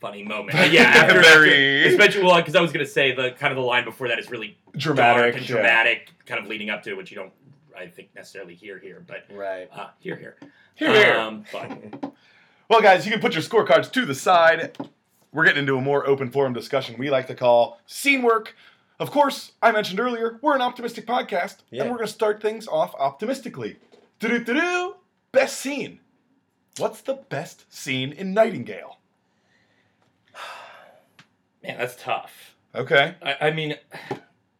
[SPEAKER 2] funny moment. But yeah, after,
[SPEAKER 1] Very-
[SPEAKER 2] after, especially well, because I was gonna say the kind of the line before that is really dark
[SPEAKER 1] Dramatic.
[SPEAKER 2] and
[SPEAKER 1] yeah.
[SPEAKER 2] dramatic, kind of leading up to it, which you don't, I think, necessarily hear here, but
[SPEAKER 3] right.
[SPEAKER 2] uh, here, here,
[SPEAKER 1] Here,
[SPEAKER 3] Uh-huh.
[SPEAKER 1] here.
[SPEAKER 2] Um, but
[SPEAKER 1] Well, guys, you can put your scorecards to the side. We're getting into a more open forum discussion we like to call scene work. Of course, I mentioned earlier, we're an optimistic podcast,
[SPEAKER 3] Yeah.
[SPEAKER 1] and we're going to start things off optimistically. Do-do-do-do! Best scene. What's the best scene in Nightingale?
[SPEAKER 2] man, that's tough.
[SPEAKER 1] Okay.
[SPEAKER 2] I, I mean,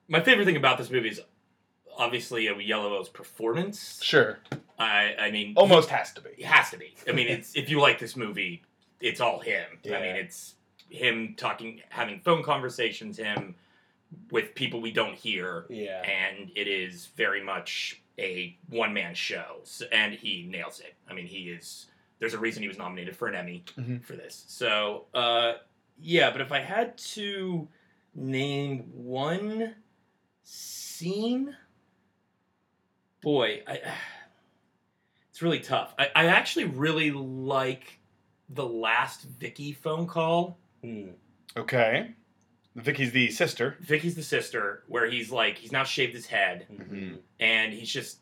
[SPEAKER 2] my favorite thing about this movie is obviously uh, Yellow's performance.
[SPEAKER 1] Sure.
[SPEAKER 2] I, I mean,
[SPEAKER 1] Almost has to
[SPEAKER 2] he
[SPEAKER 1] be.
[SPEAKER 2] has to be. I mean, it's if you like this movie, it's all him.
[SPEAKER 3] Yeah.
[SPEAKER 2] I mean, it's him talking, having phone conversations, him with people we don't hear,
[SPEAKER 3] Yeah.
[SPEAKER 2] and it is very much a one man show. So, and he nails it. I mean, he is. There's a reason he was nominated for an Emmy
[SPEAKER 1] Mhm.
[SPEAKER 2] for this. So, uh, yeah. But if I had to name one scene, boy, I, it's really tough. I, I actually really like the last Vicky phone call.
[SPEAKER 3] Hmm.
[SPEAKER 1] Okay. Vicky's the sister.
[SPEAKER 2] Vicky's the sister, where he's like he's now shaved his head
[SPEAKER 3] Mm-hmm.
[SPEAKER 1] Mhm.
[SPEAKER 2] and he's just.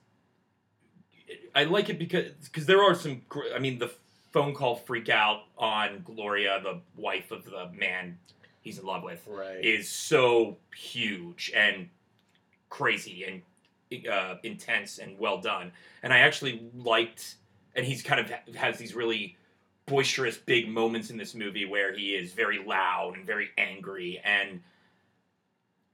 [SPEAKER 2] I like it because because there are some. gr- I mean, the phone call freak out on Gloria, the wife of the man he's in love with,
[SPEAKER 3] Right.
[SPEAKER 2] is so huge and crazy and uh, intense and well done. And I actually liked, and he's kind of has these really boisterous big moments in this movie where he is very loud and very angry and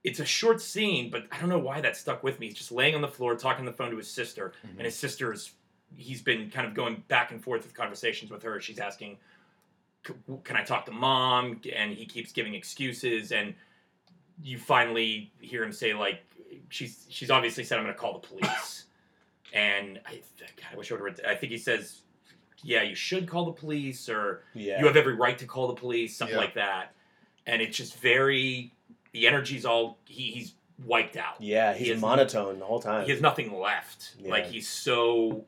[SPEAKER 2] it's a short scene but i don't know why that stuck with me he's just laying on the floor talking on the phone to his sister and his sister's he's been kind of going back and forth with conversations with her she's asking "C- can i talk to mom and he keeps giving excuses and you finally hear him say like she's she's obviously said i'm going to call the police and i God, i wish i would have read that. i think he says yeah you should call the police or
[SPEAKER 3] Yeah.
[SPEAKER 2] you have every right to call the police, something
[SPEAKER 1] Yeah.
[SPEAKER 2] like that. And it's just very the energy's all he, he's wiped out.
[SPEAKER 3] yeah.
[SPEAKER 2] he
[SPEAKER 3] He's
[SPEAKER 2] is-
[SPEAKER 3] monotone the whole time.
[SPEAKER 2] He has nothing left.
[SPEAKER 3] Yeah.
[SPEAKER 2] Like he's so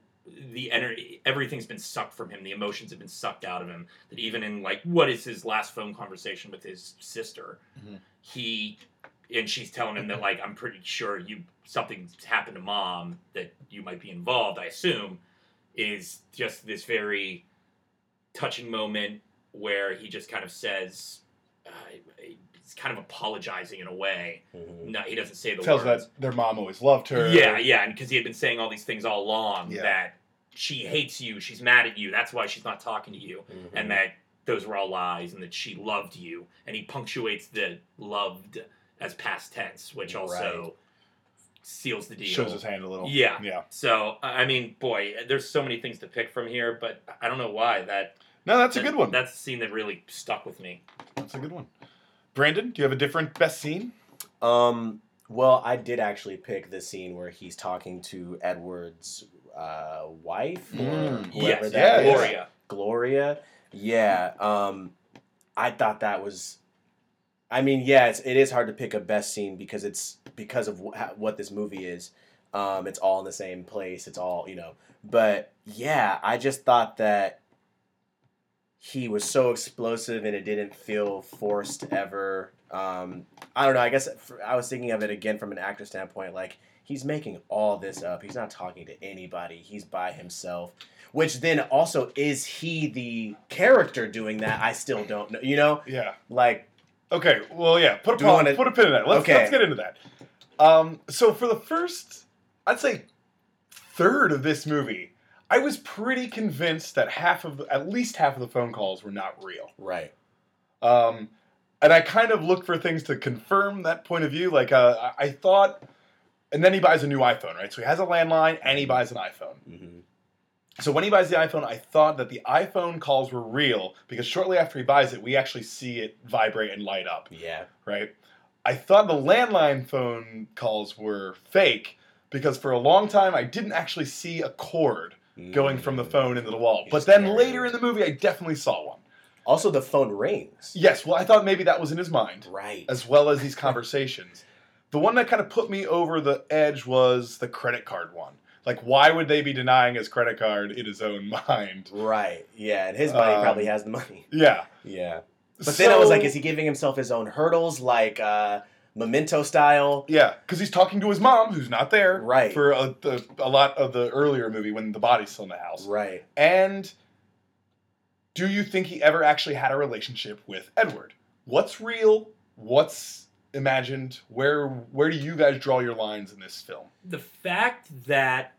[SPEAKER 2] the energy everything's been sucked from him. The emotions have been sucked out of him. That even in like what is his last phone conversation with his sister,
[SPEAKER 1] Mhm.
[SPEAKER 2] he and she's telling him that like I'm pretty sure you something's happened to mom that you might be involved, I assume, is just this very touching moment where he just kind of says uh, he's kind of apologizing in a way.
[SPEAKER 3] Mhm.
[SPEAKER 2] No, he doesn't say the
[SPEAKER 1] Tells
[SPEAKER 2] words.
[SPEAKER 1] her that their mom always loved her.
[SPEAKER 2] Yeah, yeah, and because he had been saying all these things all along
[SPEAKER 1] Yeah.
[SPEAKER 2] that she hates you, she's mad at you, that's why she's not talking to you,
[SPEAKER 3] Mhm.
[SPEAKER 1] Mm-hmm.
[SPEAKER 2] and that those were all lies, and that she loved you, and he punctuates the loved as past tense, which also seals the deal.
[SPEAKER 1] Shows his hand a little.
[SPEAKER 2] Yeah.
[SPEAKER 1] Yeah.
[SPEAKER 2] So I I mean, boy, there's so many things to pick from here, but I don't know why that.
[SPEAKER 1] No, that's a good one.
[SPEAKER 2] That's the scene that really stuck with me.
[SPEAKER 1] That's a good one. Brandon, do you have a different best scene?
[SPEAKER 3] Um. Well, I did actually pick the scene where he's talking to Edward's uh, wife or
[SPEAKER 1] Mm.
[SPEAKER 3] whoever
[SPEAKER 2] yes,
[SPEAKER 3] that
[SPEAKER 1] yeah,
[SPEAKER 3] is.
[SPEAKER 1] yeah.
[SPEAKER 2] Gloria.
[SPEAKER 3] Gloria. Yeah. Um, I thought that was. I mean, yeah, it's, it is hard to pick a best scene because it's because of wh- how- what this movie is. Um, it's all in the same place. It's all you know. But yeah, I just thought that he was so explosive and it didn't feel forced ever. Um, I don't know. I guess for, I was thinking of it again from an actor standpoint. Like he's making all this up. He's not talking to anybody. He's by himself which then also is he the character doing that? I still don't know. You know,
[SPEAKER 1] Yeah.
[SPEAKER 3] like
[SPEAKER 1] Okay. Well, yeah. Put a
[SPEAKER 3] Do we
[SPEAKER 1] pol-
[SPEAKER 3] wanna-
[SPEAKER 1] put a pin in that. Let's
[SPEAKER 3] Okay.
[SPEAKER 1] let's get into that. Um. So for the first, I'd say, third of this movie, I was pretty convinced that half of the, at least half of the phone calls were not real.
[SPEAKER 3] right.
[SPEAKER 1] Um, and I kind of looked for things to confirm that point of view. Like, uh, I I thought, and then he buys a new iPhone, right? So he has a landline and he buys an iPhone.
[SPEAKER 3] Mm-hmm.
[SPEAKER 1] So when he buys the iPhone, I thought that the iPhone calls were real because shortly after he buys it, we actually see it vibrate and light up,
[SPEAKER 3] Yeah,
[SPEAKER 1] right? I thought the landline phone calls were fake because for a long time I didn't actually see a cord going from
[SPEAKER 3] Mm. Mm-hmm.
[SPEAKER 1] the phone into the wall. But then later in the movie, I definitely saw one.
[SPEAKER 3] Also, the phone rings.
[SPEAKER 1] Yes, well, I thought maybe that was in his mind
[SPEAKER 3] Right.
[SPEAKER 1] as well as these conversations. The one that kind of put me over the edge was the credit card one. Like, why would they be denying his credit card in his own mind?
[SPEAKER 3] Right. Yeah. And his money
[SPEAKER 1] Um,
[SPEAKER 3] probably has the money.
[SPEAKER 1] Yeah.
[SPEAKER 3] Yeah. But then I was
[SPEAKER 1] So-
[SPEAKER 3] like, is he giving himself his own hurdles, like uh, memento style?
[SPEAKER 1] Yeah, because he's talking to his mom, who's not there,
[SPEAKER 3] Right.
[SPEAKER 1] For a, the, a lot of the earlier movie when the body's still in the house.
[SPEAKER 3] Right.
[SPEAKER 1] And do you think he ever actually had a relationship with Edward? What's real? What's imagined? Where Where do you guys draw your lines in this film?
[SPEAKER 2] the fact that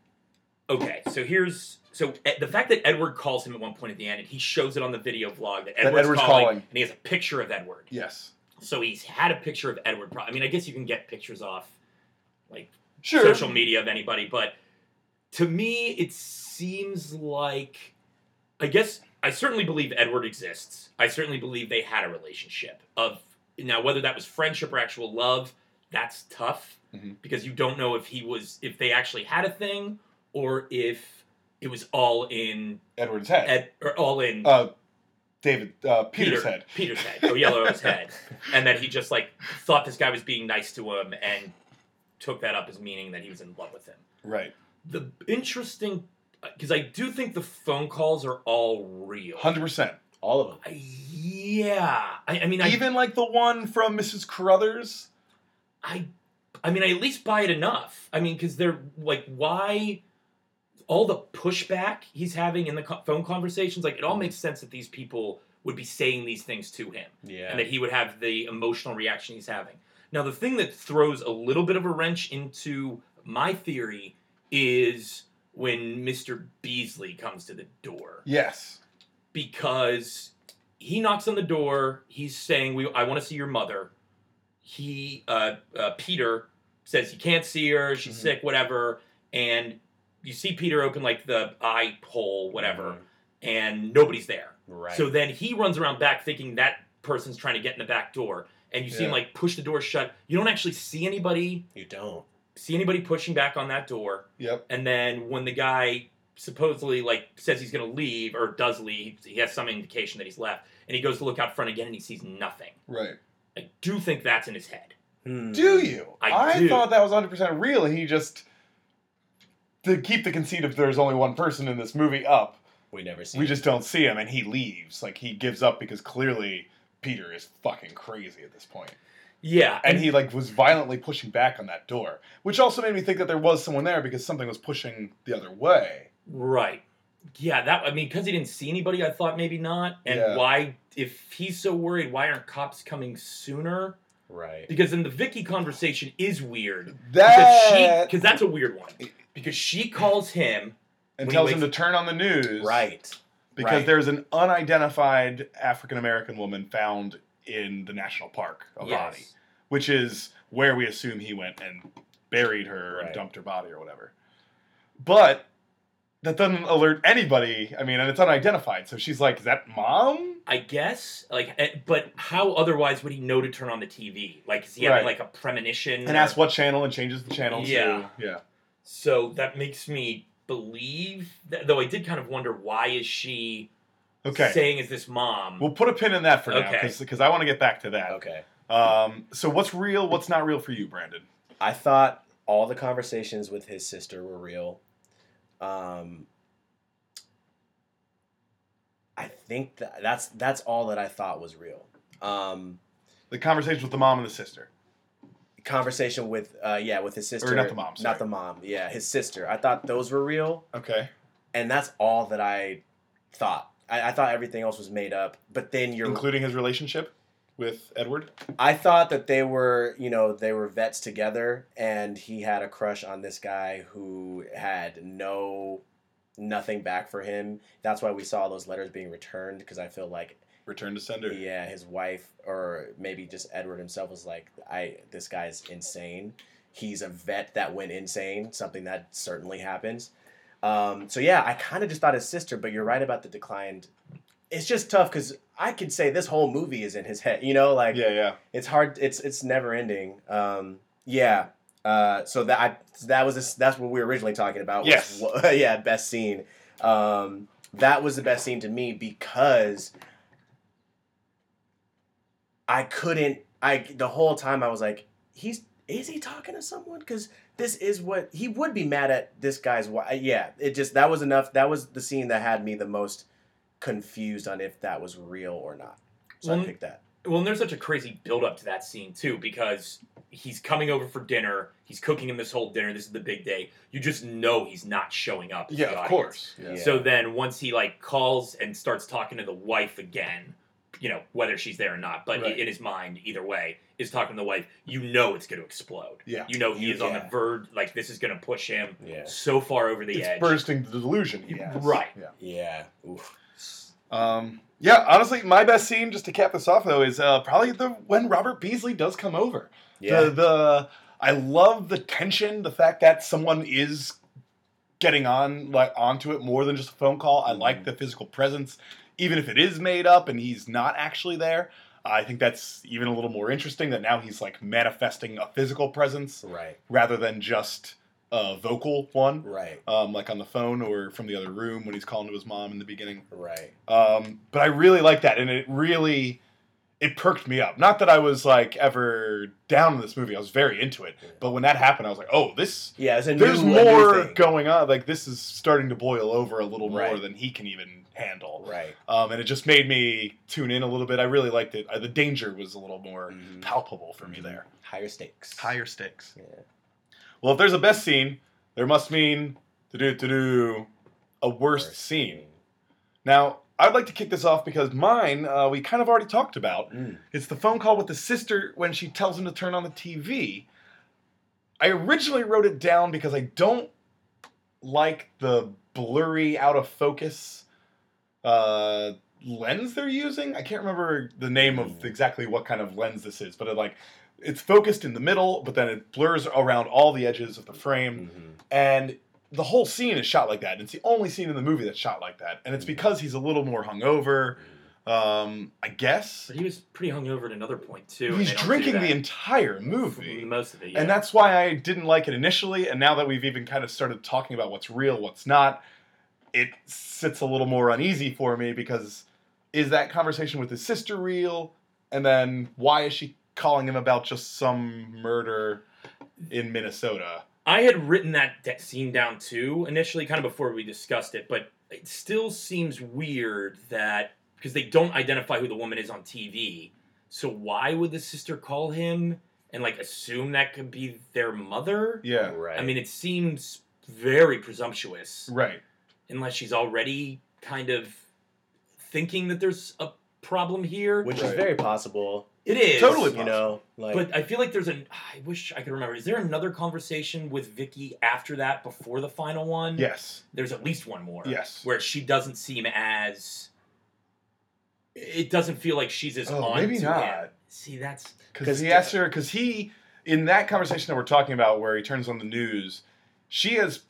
[SPEAKER 2] okay, so here's so eh, the fact that Edward calls him at one point at the end, and he shows it on the video vlog that Edward's,
[SPEAKER 1] Edward's
[SPEAKER 2] calling,
[SPEAKER 1] calling.
[SPEAKER 2] and he has a picture of Edward.
[SPEAKER 1] Yes,
[SPEAKER 2] So he's had a picture of Edward. Pro- I mean, I guess you can get pictures off like
[SPEAKER 1] sure.
[SPEAKER 2] social media of anybody, but to me, it seems like I guess I certainly believe Edward exists. I certainly believe they had a relationship of now whether that was friendship or actual love. That's tough
[SPEAKER 1] Mhm.
[SPEAKER 2] because you don't know if he was if they actually had a thing or if it was all in
[SPEAKER 1] Edward's head.
[SPEAKER 2] Ed or all in
[SPEAKER 1] uh, David uh, Peter's head.
[SPEAKER 2] Peter's head or Yellow's head, and that he just like thought this guy was being nice to him and took that up as meaning that he was in love with him
[SPEAKER 1] Right.
[SPEAKER 2] the interesting because I do think the phone calls are all real.
[SPEAKER 1] Hundred percent.
[SPEAKER 3] All of them.
[SPEAKER 2] I- yeah, I, I mean, I,
[SPEAKER 1] Even like the one from Mrs. Carruthers.
[SPEAKER 2] I, I mean, I at least buy it enough. I mean, because they're like, why all the pushback he's having in the co- phone conversations? Like, it all makes sense that these people would be saying these things to him.
[SPEAKER 3] Yeah.
[SPEAKER 2] and that he would have the emotional reaction he's having. Now, the thing that throws a little bit of a wrench into my theory is when Mr. Beasley comes to the door
[SPEAKER 1] Yes.
[SPEAKER 2] because he knocks on the door. He's saying, "We, I want to see your mother." He, uh, uh, Peter, says he can't see her. She's
[SPEAKER 1] Mhm.
[SPEAKER 2] sick, whatever. And you see Peter open like the eye hole, whatever, and nobody's there.
[SPEAKER 3] Mm-hmm. Right.
[SPEAKER 2] So then he runs around back thinking that person's trying to get in the back door. And you see him
[SPEAKER 1] Yeah.
[SPEAKER 2] like push the door shut. You don't actually see anybody
[SPEAKER 3] you don't.
[SPEAKER 2] see anybody pushing back on that door.
[SPEAKER 1] Yep.
[SPEAKER 2] And then when the guy supposedly like says he's gonna leave or does leave, he has some indication that he's left, and he goes to look out front again and he sees nothing.
[SPEAKER 1] Right.
[SPEAKER 2] I do think that's in his head.
[SPEAKER 3] Hmm.
[SPEAKER 1] Do you?
[SPEAKER 2] Mm-hmm. I do.
[SPEAKER 1] thought that was 100% real. He just. To keep the conceit of there's only one person in this movie up,
[SPEAKER 3] We never see.
[SPEAKER 1] we
[SPEAKER 3] it.
[SPEAKER 1] just don't see him and he leaves. Like, he gives up because clearly Peter is fucking crazy at this point.
[SPEAKER 2] Yeah.
[SPEAKER 1] And he, like, was violently pushing back on that door, which also made me think that there was someone there because something was pushing the other way.
[SPEAKER 2] Right. Yeah, that I mean, because he didn't see anybody, I thought maybe not. And
[SPEAKER 1] Yeah.
[SPEAKER 2] why if he's so worried, why aren't cops coming sooner?
[SPEAKER 3] right.
[SPEAKER 2] Because then the Vicky conversation is weird. Because she,
[SPEAKER 1] That.
[SPEAKER 2] because that's a weird one. Because she calls him.
[SPEAKER 1] And
[SPEAKER 2] when he
[SPEAKER 1] tells him to
[SPEAKER 2] wakes-
[SPEAKER 1] turn on the news.
[SPEAKER 3] Right.
[SPEAKER 1] Because
[SPEAKER 3] right.
[SPEAKER 1] there's an unidentified African American woman found in the national park, a body.
[SPEAKER 2] Yes.
[SPEAKER 1] which is where we assume he went and buried her
[SPEAKER 3] Right.
[SPEAKER 1] and dumped her body or whatever. But that doesn't alert anybody. I mean, and it's unidentified. So she's like, "Is that mom?"
[SPEAKER 2] I guess, like, eh, but how otherwise would he know to turn on the TV? Like, is he having
[SPEAKER 1] Right.
[SPEAKER 2] like a premonition?
[SPEAKER 1] And
[SPEAKER 2] or-
[SPEAKER 1] asks what channel and changes the channel
[SPEAKER 2] Yeah.
[SPEAKER 1] to. Yeah.
[SPEAKER 2] So that makes me believe, that, though I did kind of wonder why is she
[SPEAKER 1] Okay.
[SPEAKER 2] saying is this mom?
[SPEAKER 1] We'll put a pin in that for now
[SPEAKER 2] Okay.
[SPEAKER 1] because I want to get back to that.
[SPEAKER 3] Okay.
[SPEAKER 1] Um, so what's real? What's not real for you, Brandon?
[SPEAKER 3] I thought all the conversations with his sister were real. Um, I think that that's that's all that I thought was real. Um,
[SPEAKER 1] The conversation with the mom and the sister.
[SPEAKER 3] conversation with uh, yeah with his sister,
[SPEAKER 1] not the mom, sorry.
[SPEAKER 3] not the mom, yeah, his sister. I thought those were real,
[SPEAKER 1] Okay.
[SPEAKER 3] and that's all that I thought. I, I thought everything else was made up. But then you're
[SPEAKER 1] Including his relationship with Edward.
[SPEAKER 3] I thought that they were, you know, they were vets together, and he had a crush on this guy who had no, nothing back for him. That's why we saw those letters being returned because I feel like,
[SPEAKER 1] Return to sender.
[SPEAKER 3] yeah, his wife or maybe just Edward himself was like, I this guy's insane. He's a vet that went insane. Something that certainly happens. Um, so yeah, I kind of just thought his sister, but you're right about the declined. It's just tough because I could say this whole movie is in his head. You know, like
[SPEAKER 1] Yeah. Yeah.
[SPEAKER 3] it's hard it's it's never ending um yeah uh so that i that was this, that's what we were originally talking about was
[SPEAKER 1] Yes.
[SPEAKER 3] what- yeah best scene um that was the best scene to me because i couldn't i the whole time i was like he's is he talking to someone? Because this is what he would be mad at this guy's wife. Yeah, it just that was enough. That was the scene that had me the most confused on if that was real or not. So I
[SPEAKER 2] Well,
[SPEAKER 3] picked that.
[SPEAKER 2] Well, and there's such a crazy build up to that scene too, because he's coming over for dinner. He's cooking him this whole dinner. This is the big day. You just know he's not showing up. to the
[SPEAKER 1] Yeah, of
[SPEAKER 2] audience.
[SPEAKER 1] course. Yeah.
[SPEAKER 3] Yeah.
[SPEAKER 2] So then once he like calls and starts talking to the wife again, you know whether she's there or not, but
[SPEAKER 1] Right.
[SPEAKER 2] in his mind, either way, is talking to the wife. You know it's going to explode.
[SPEAKER 1] Yeah.
[SPEAKER 2] You know he
[SPEAKER 3] You-
[SPEAKER 2] is on the
[SPEAKER 3] yeah.
[SPEAKER 2] verge. Like this is going to push him
[SPEAKER 3] Yeah.
[SPEAKER 2] so far over the
[SPEAKER 1] it's
[SPEAKER 2] edge.
[SPEAKER 1] bursting the delusion. he has.
[SPEAKER 2] Right.
[SPEAKER 1] Yeah.
[SPEAKER 3] Yeah. Oof.
[SPEAKER 1] Um, yeah, honestly, my best scene, just to cap this off though, is uh, probably the when Robert Beasley does come over.
[SPEAKER 3] Yeah.
[SPEAKER 1] The, the I love the tension, the fact that someone is getting on like onto it more than just a phone call. I
[SPEAKER 2] Mm-hmm.
[SPEAKER 1] like the physical presence, even if it is made up and he's not actually there. I think that's even a little more interesting that now he's like manifesting a physical presence
[SPEAKER 3] Right.
[SPEAKER 1] rather than just a vocal one,
[SPEAKER 3] Right.
[SPEAKER 1] um, like on the phone or from the other room when he's calling to his mom in the beginning.
[SPEAKER 3] Right.
[SPEAKER 1] Um, but I really like that, and it really it perked me up. Not that I was like ever down in this movie; I was very into it. But when that happened, I was like, "Oh, this
[SPEAKER 3] Yeah. It's a
[SPEAKER 1] there's
[SPEAKER 3] new, a new
[SPEAKER 1] more
[SPEAKER 3] thing.
[SPEAKER 1] going on. Like this is starting to boil over a little more
[SPEAKER 3] Right.
[SPEAKER 1] than he can even handle."
[SPEAKER 3] Right.
[SPEAKER 1] Um, and it just made me tune in a little bit. I really liked it. Uh, the danger was a little more
[SPEAKER 3] Mhm.
[SPEAKER 1] palpable for me there.
[SPEAKER 3] Higher stakes.
[SPEAKER 1] Higher stakes.
[SPEAKER 3] Yeah.
[SPEAKER 1] Well, if there's a best scene, there must mean to do to do a worst scene. Now, I'd like to kick this off because mine, uh, we kind of already talked about.
[SPEAKER 3] Mm.
[SPEAKER 1] It's the phone call with the sister when she tells him to turn on the TV. I originally wrote it down because I don't like the blurry, out of focus uh, lens they're using. I can't remember the name of
[SPEAKER 3] Mm.
[SPEAKER 1] exactly what kind of lens this is, but it, like it's focused in the middle, but then it blurs around all the edges of the frame
[SPEAKER 3] Mhm.
[SPEAKER 1] and the whole scene is shot like that. And it's the only scene in the movie that's shot like that, and it's because he's a little more hungover, um, I guess.
[SPEAKER 2] But he was pretty hungover at another point too. and
[SPEAKER 1] He's
[SPEAKER 2] they don't do
[SPEAKER 1] drinking the
[SPEAKER 2] that
[SPEAKER 1] entire
[SPEAKER 2] for
[SPEAKER 1] movie,
[SPEAKER 2] Most of it,
[SPEAKER 1] and
[SPEAKER 2] yeah.
[SPEAKER 1] that's why I didn't like it initially. And now that we've even kind of started talking about what's real, what's not, it sits a little more uneasy for me because is that conversation with his sister real? And then why is she calling him about just some murder in Minnesota?
[SPEAKER 2] I had written that de- scene down too initially, kind of before we discussed it, but it still seems weird that because they don't identify who the woman is on TV, so why would the sister call him and like assume that could be their mother?
[SPEAKER 1] Yeah,
[SPEAKER 3] Mm-hmm. Right.
[SPEAKER 2] I mean, it seems very presumptuous
[SPEAKER 1] right.
[SPEAKER 2] unless she's already kind of thinking that there's a problem here.
[SPEAKER 3] which is
[SPEAKER 1] Right.
[SPEAKER 3] very possible.
[SPEAKER 2] it is
[SPEAKER 1] Totally
[SPEAKER 3] You know, like
[SPEAKER 2] But I feel like there's an. I wish I could remember. Is there another conversation with Vicky after that, before the final one?
[SPEAKER 1] Yes,
[SPEAKER 2] There's at least one more.
[SPEAKER 1] yes.
[SPEAKER 2] Where she doesn't seem as. It doesn't feel like she's as
[SPEAKER 1] Oh,
[SPEAKER 2] on
[SPEAKER 1] maybe
[SPEAKER 2] to
[SPEAKER 1] not.
[SPEAKER 2] him. See, that's
[SPEAKER 1] Because
[SPEAKER 3] 'Cause
[SPEAKER 1] he
[SPEAKER 3] the-
[SPEAKER 1] asked her, because he, in that conversation that we're talking about where he turns on the news, she has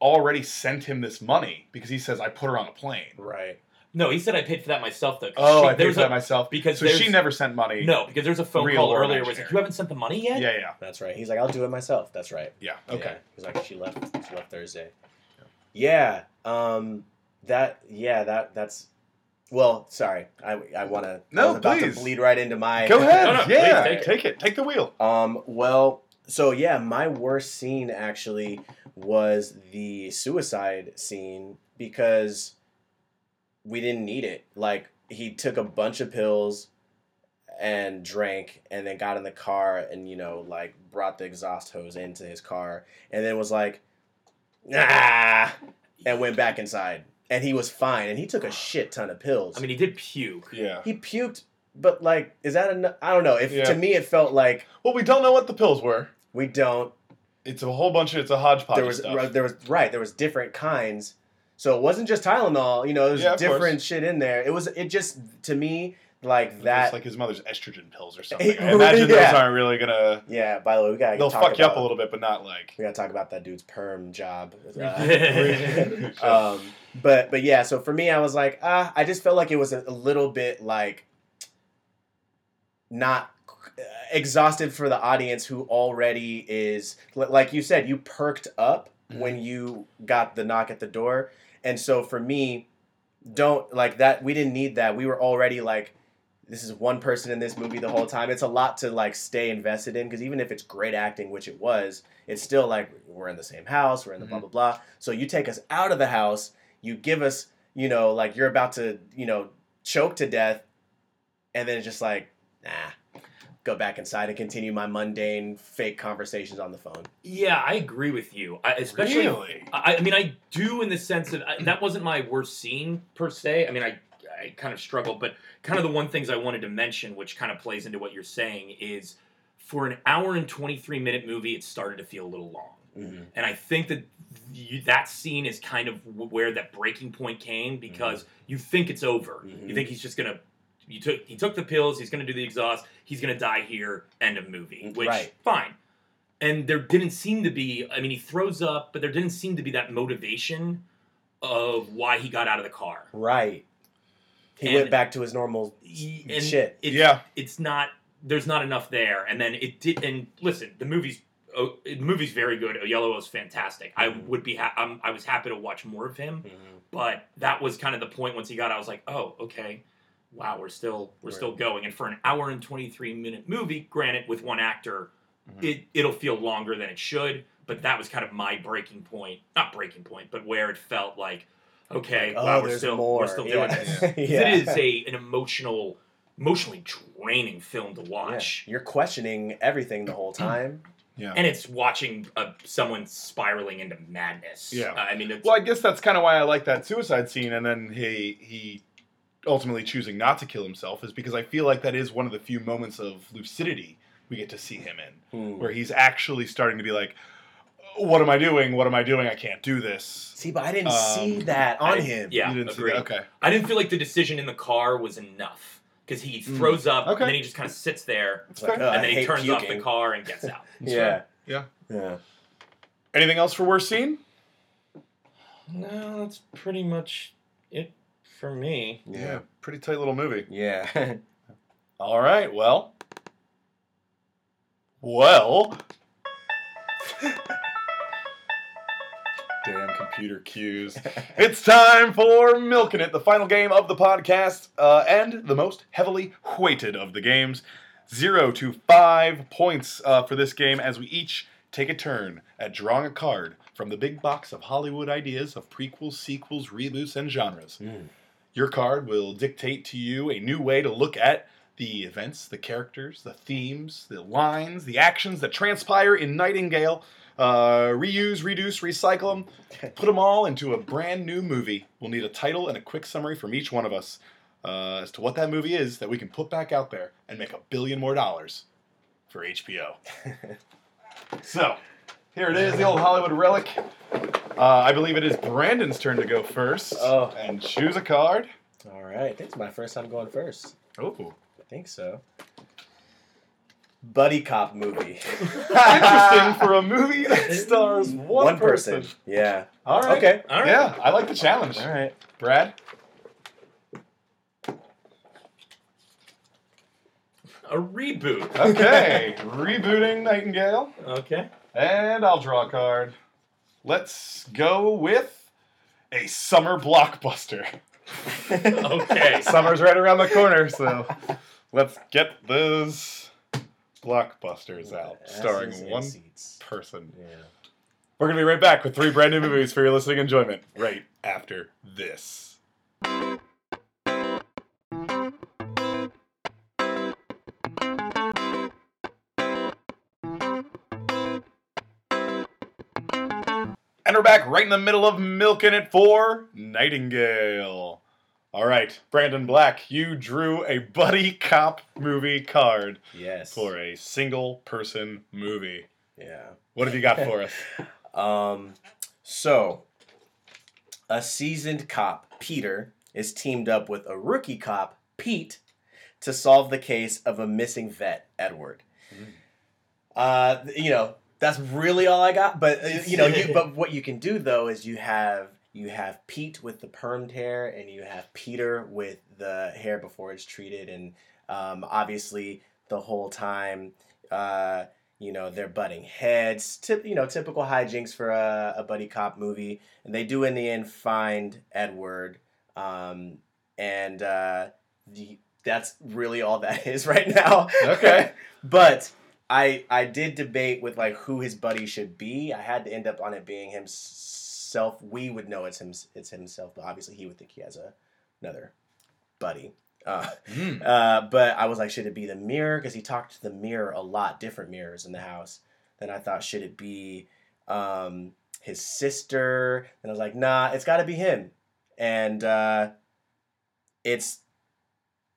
[SPEAKER 1] already sent him this money because he says, I put her on a plane.
[SPEAKER 3] right.
[SPEAKER 2] no. He said I paid for that myself though. 'cause
[SPEAKER 1] Oh,
[SPEAKER 2] she-
[SPEAKER 1] I paid
[SPEAKER 2] there's
[SPEAKER 1] for that
[SPEAKER 2] a-
[SPEAKER 1] myself.
[SPEAKER 2] because
[SPEAKER 1] so she
[SPEAKER 2] there's-
[SPEAKER 1] never sent money.
[SPEAKER 2] No, because there's a phone
[SPEAKER 1] Real
[SPEAKER 2] call
[SPEAKER 1] or
[SPEAKER 2] earlier.
[SPEAKER 1] not
[SPEAKER 2] where it's
[SPEAKER 1] share.
[SPEAKER 2] like you haven't sent the money yet.
[SPEAKER 1] Yeah, yeah,
[SPEAKER 3] That's right. He's like, I'll do it myself. That's right.
[SPEAKER 1] yeah. Okay.
[SPEAKER 3] Yeah. He's like, she left. She left Thursday. Yeah. Um. That. Yeah. That. That's. Well, sorry. I. I want to.
[SPEAKER 1] No,
[SPEAKER 3] I was about
[SPEAKER 1] please.
[SPEAKER 3] to bleed right into my.
[SPEAKER 1] Go ahead.
[SPEAKER 2] No, no,
[SPEAKER 1] yeah,
[SPEAKER 2] please
[SPEAKER 1] take,
[SPEAKER 2] take it.
[SPEAKER 1] it. Take the wheel.
[SPEAKER 3] Um, well, so yeah, my worst scene actually was the suicide scene because we didn't need it. Like he took a bunch of pills and drank and then got in the car and you know like brought the exhaust hose into his car and then was like ah and went back inside and he was fine and he took a shit ton of pills
[SPEAKER 2] I mean, he did puke.
[SPEAKER 1] Yeah.
[SPEAKER 3] he puked but like is that enough i don't know if
[SPEAKER 1] Yeah.
[SPEAKER 3] to me it felt like
[SPEAKER 1] Well, we don't know what the pills were.
[SPEAKER 3] we don't
[SPEAKER 1] It's a whole bunch of, it's a hodgepodge
[SPEAKER 3] there
[SPEAKER 1] of
[SPEAKER 3] was
[SPEAKER 1] stuff.
[SPEAKER 3] right, there was right there was different kinds so it wasn't just tylenol you know there's
[SPEAKER 1] Yeah, of
[SPEAKER 3] different
[SPEAKER 1] course.
[SPEAKER 3] shit in there it was it just to me like
[SPEAKER 1] It's
[SPEAKER 3] that
[SPEAKER 1] like his mother's estrogen pills or something.
[SPEAKER 3] It
[SPEAKER 1] I imagine
[SPEAKER 3] really-
[SPEAKER 1] those
[SPEAKER 3] yeah.
[SPEAKER 1] aren't really going to,
[SPEAKER 3] yeah by the way we gotta
[SPEAKER 1] they'll
[SPEAKER 3] talk
[SPEAKER 1] fuck you up
[SPEAKER 3] about-
[SPEAKER 1] a little bit, but not like.
[SPEAKER 3] we gotta talk about that dude's perm job Uh, um but but yeah so for me i was like ah i just felt like it was a, a little bit like not uh, exhausted for the audience who already is li- like you said you perked up when you got the knock at the door and so for me don't like that we didn't need that we were already like this is one person in this movie the whole time. It's a lot to like stay invested in because even if it's great acting, which it was, it's still like we're in the same house, we're in
[SPEAKER 2] Mm-hmm.
[SPEAKER 3] the blah blah blah. So you take us out of the house, you give us, you know, like you're about to, you know, choke to death, and then it's just like, nah, go back inside and continue my mundane fake conversations on the phone.
[SPEAKER 2] Yeah, I agree with you. I, especially,
[SPEAKER 1] really?
[SPEAKER 2] I, I mean, I do in the sense that I, that wasn't my worst scene per se. I mean, I I kind of struggled, but kind of the one things I wanted to mention, which kind of plays into what you're saying, is for an hour and 23 minute movie, it started to feel a little long. And I think that you, that scene is kind of w- where that breaking point came because you think it's over.
[SPEAKER 3] Mhm.
[SPEAKER 2] You think he's just gonna. You took he took the pills. He's gonna do the exhaust. He's gonna die here. End of movie. Which
[SPEAKER 3] Right.
[SPEAKER 2] fine. And there didn't seem to be. I mean, he throws up, but there didn't seem to be that motivation of why he got out of the car.
[SPEAKER 3] Right. He
[SPEAKER 2] And-
[SPEAKER 3] went back to his normal.
[SPEAKER 2] He- and
[SPEAKER 3] Shit.
[SPEAKER 2] It,
[SPEAKER 1] Yeah.
[SPEAKER 2] it's not. There's not enough there. And then it did. And listen, the movie's oh, the movie's very good. Yellow is fantastic. I
[SPEAKER 3] Mhm.
[SPEAKER 2] would be. Ha- I'm, I was happy to watch more of him.
[SPEAKER 3] Mm-hmm.
[SPEAKER 2] But that was kind of the point. Once he got, out, I was like, oh, okay. Wow, we're still we're
[SPEAKER 3] Right.
[SPEAKER 2] still going. And for an hour and twenty three minute movie, granted, with one actor,
[SPEAKER 3] Mm-hmm.
[SPEAKER 1] Mhm.
[SPEAKER 2] it it'll feel longer than it should. But that was kind of my breaking point. Not breaking point, but where it felt like, okay,
[SPEAKER 3] Oh,
[SPEAKER 2] wow, we're
[SPEAKER 3] there's
[SPEAKER 2] still
[SPEAKER 3] more.
[SPEAKER 2] we're still doing
[SPEAKER 3] Yeah.
[SPEAKER 2] this.
[SPEAKER 3] yeah.
[SPEAKER 2] It is a an emotional, emotionally draining film to watch,
[SPEAKER 3] Yeah. You're questioning everything the whole time.
[SPEAKER 1] Yeah.
[SPEAKER 2] and it's watching uh, someone spiraling into madness.
[SPEAKER 1] Yeah.
[SPEAKER 2] Uh, I mean, it's,
[SPEAKER 1] Well, I guess that's kind of why I like that suicide scene, and then he he ultimately choosing not to kill himself is because I feel like that is one of the few moments of lucidity we get to see him in,
[SPEAKER 2] Hmm.
[SPEAKER 1] where he's actually starting to be like, "What am I doing? What am I doing? I can't do this."
[SPEAKER 3] See, but I didn't see
[SPEAKER 1] Um,
[SPEAKER 3] that on
[SPEAKER 2] I-
[SPEAKER 3] him.
[SPEAKER 2] yeah,
[SPEAKER 1] You didn't see
[SPEAKER 2] agreed.
[SPEAKER 1] that? Okay.
[SPEAKER 2] I didn't feel like the decision in the car was enough because he
[SPEAKER 1] Mm.
[SPEAKER 2] throws up
[SPEAKER 1] Okay.
[SPEAKER 2] and then he just kind of sits there
[SPEAKER 3] It's like,
[SPEAKER 1] And
[SPEAKER 3] oh, I
[SPEAKER 2] and then he
[SPEAKER 3] hate
[SPEAKER 2] turns off the
[SPEAKER 3] puking.
[SPEAKER 2] car and gets out.
[SPEAKER 3] Yeah.
[SPEAKER 1] Yeah.
[SPEAKER 3] Yeah.
[SPEAKER 1] Anything else for worst scene?
[SPEAKER 2] no, that's pretty much it for me.
[SPEAKER 3] Yeah.
[SPEAKER 1] Pretty tight little movie.
[SPEAKER 3] Yeah.
[SPEAKER 1] All right. Well. Well. Damn computer cues. It's time for Milking It, the final game of the podcast, uh, and the most heavily weighted of the games. Zero to five points uh, for this game as we each take a turn at drawing a card from the big box of Hollywood ideas of prequels, sequels, reboots, and genres.
[SPEAKER 3] Mm.
[SPEAKER 1] Your card will dictate to you a new way to look at the events, the characters, the themes, the lines, the actions that transpire in Nightingale. Uh, reuse, reduce, recycle them. Put them all into a brand new movie. We'll need a title and a quick summary from each one of us uh, as to what that movie is that we can put back out there and make a billion more dollars for HBO. so, here it is, the old Hollywood relic. Uh, I believe it is Brandon's turn to go first
[SPEAKER 3] Oh.
[SPEAKER 1] and choose a card.
[SPEAKER 3] All right. I think it's my first time going first.
[SPEAKER 1] Oh,
[SPEAKER 3] I think so. Buddy cop movie.
[SPEAKER 1] interesting for a movie that stars one, person.
[SPEAKER 3] Yeah.
[SPEAKER 1] All right.
[SPEAKER 3] Okay.
[SPEAKER 2] All right.
[SPEAKER 1] Yeah, I like the challenge.
[SPEAKER 3] All right.
[SPEAKER 1] Brad.
[SPEAKER 2] A reboot.
[SPEAKER 1] Okay, rebooting Nightingale.
[SPEAKER 2] Okay.
[SPEAKER 1] And I'll draw a card. Let's go with a summer blockbuster. Oh,
[SPEAKER 2] Okay.
[SPEAKER 1] Summer's right around the corner, so let's get those blockbusters out, starring
[SPEAKER 3] Asses in
[SPEAKER 1] one
[SPEAKER 3] Seats.
[SPEAKER 1] person.
[SPEAKER 3] Yeah.
[SPEAKER 1] We're going to be right back with three brand new movies for your listening enjoyment right after this. And we're back right in the middle of milking it for Nightingale. All right, Brandon Black, you drew a buddy cop movie card
[SPEAKER 3] Yes.
[SPEAKER 1] for a single person movie.
[SPEAKER 3] Yeah.
[SPEAKER 1] What have you got for us?
[SPEAKER 3] Um, so, a seasoned cop, Peter, is teamed up with a rookie cop, Pete, to solve the case of a missing vet, Edward. Uh, you know, that's really all I got. But uh, you know, you, but what you can do though is you have you have Pete with the permed hair, and you have Peter with the hair before it's treated, and um, obviously the whole time. Uh, you know they're butting heads tip, you know typical hijinks for a, a buddy cop movie and they do in the end find edward um, and uh, the, that's really all that is right now.
[SPEAKER 1] Okay.
[SPEAKER 3] but I I did debate with like who his buddy should be. I had to end up on it being himself. We would know it's him. It's himself, but obviously he would think he has a, another buddy. Uh,
[SPEAKER 1] Hmm.
[SPEAKER 3] uh, but I was like, should it be the mirror? Because he talked to the mirror a lot, different mirrors in the house. Then I thought, should it be um, his sister? And I was like, nah, it's got to be him. And uh, it's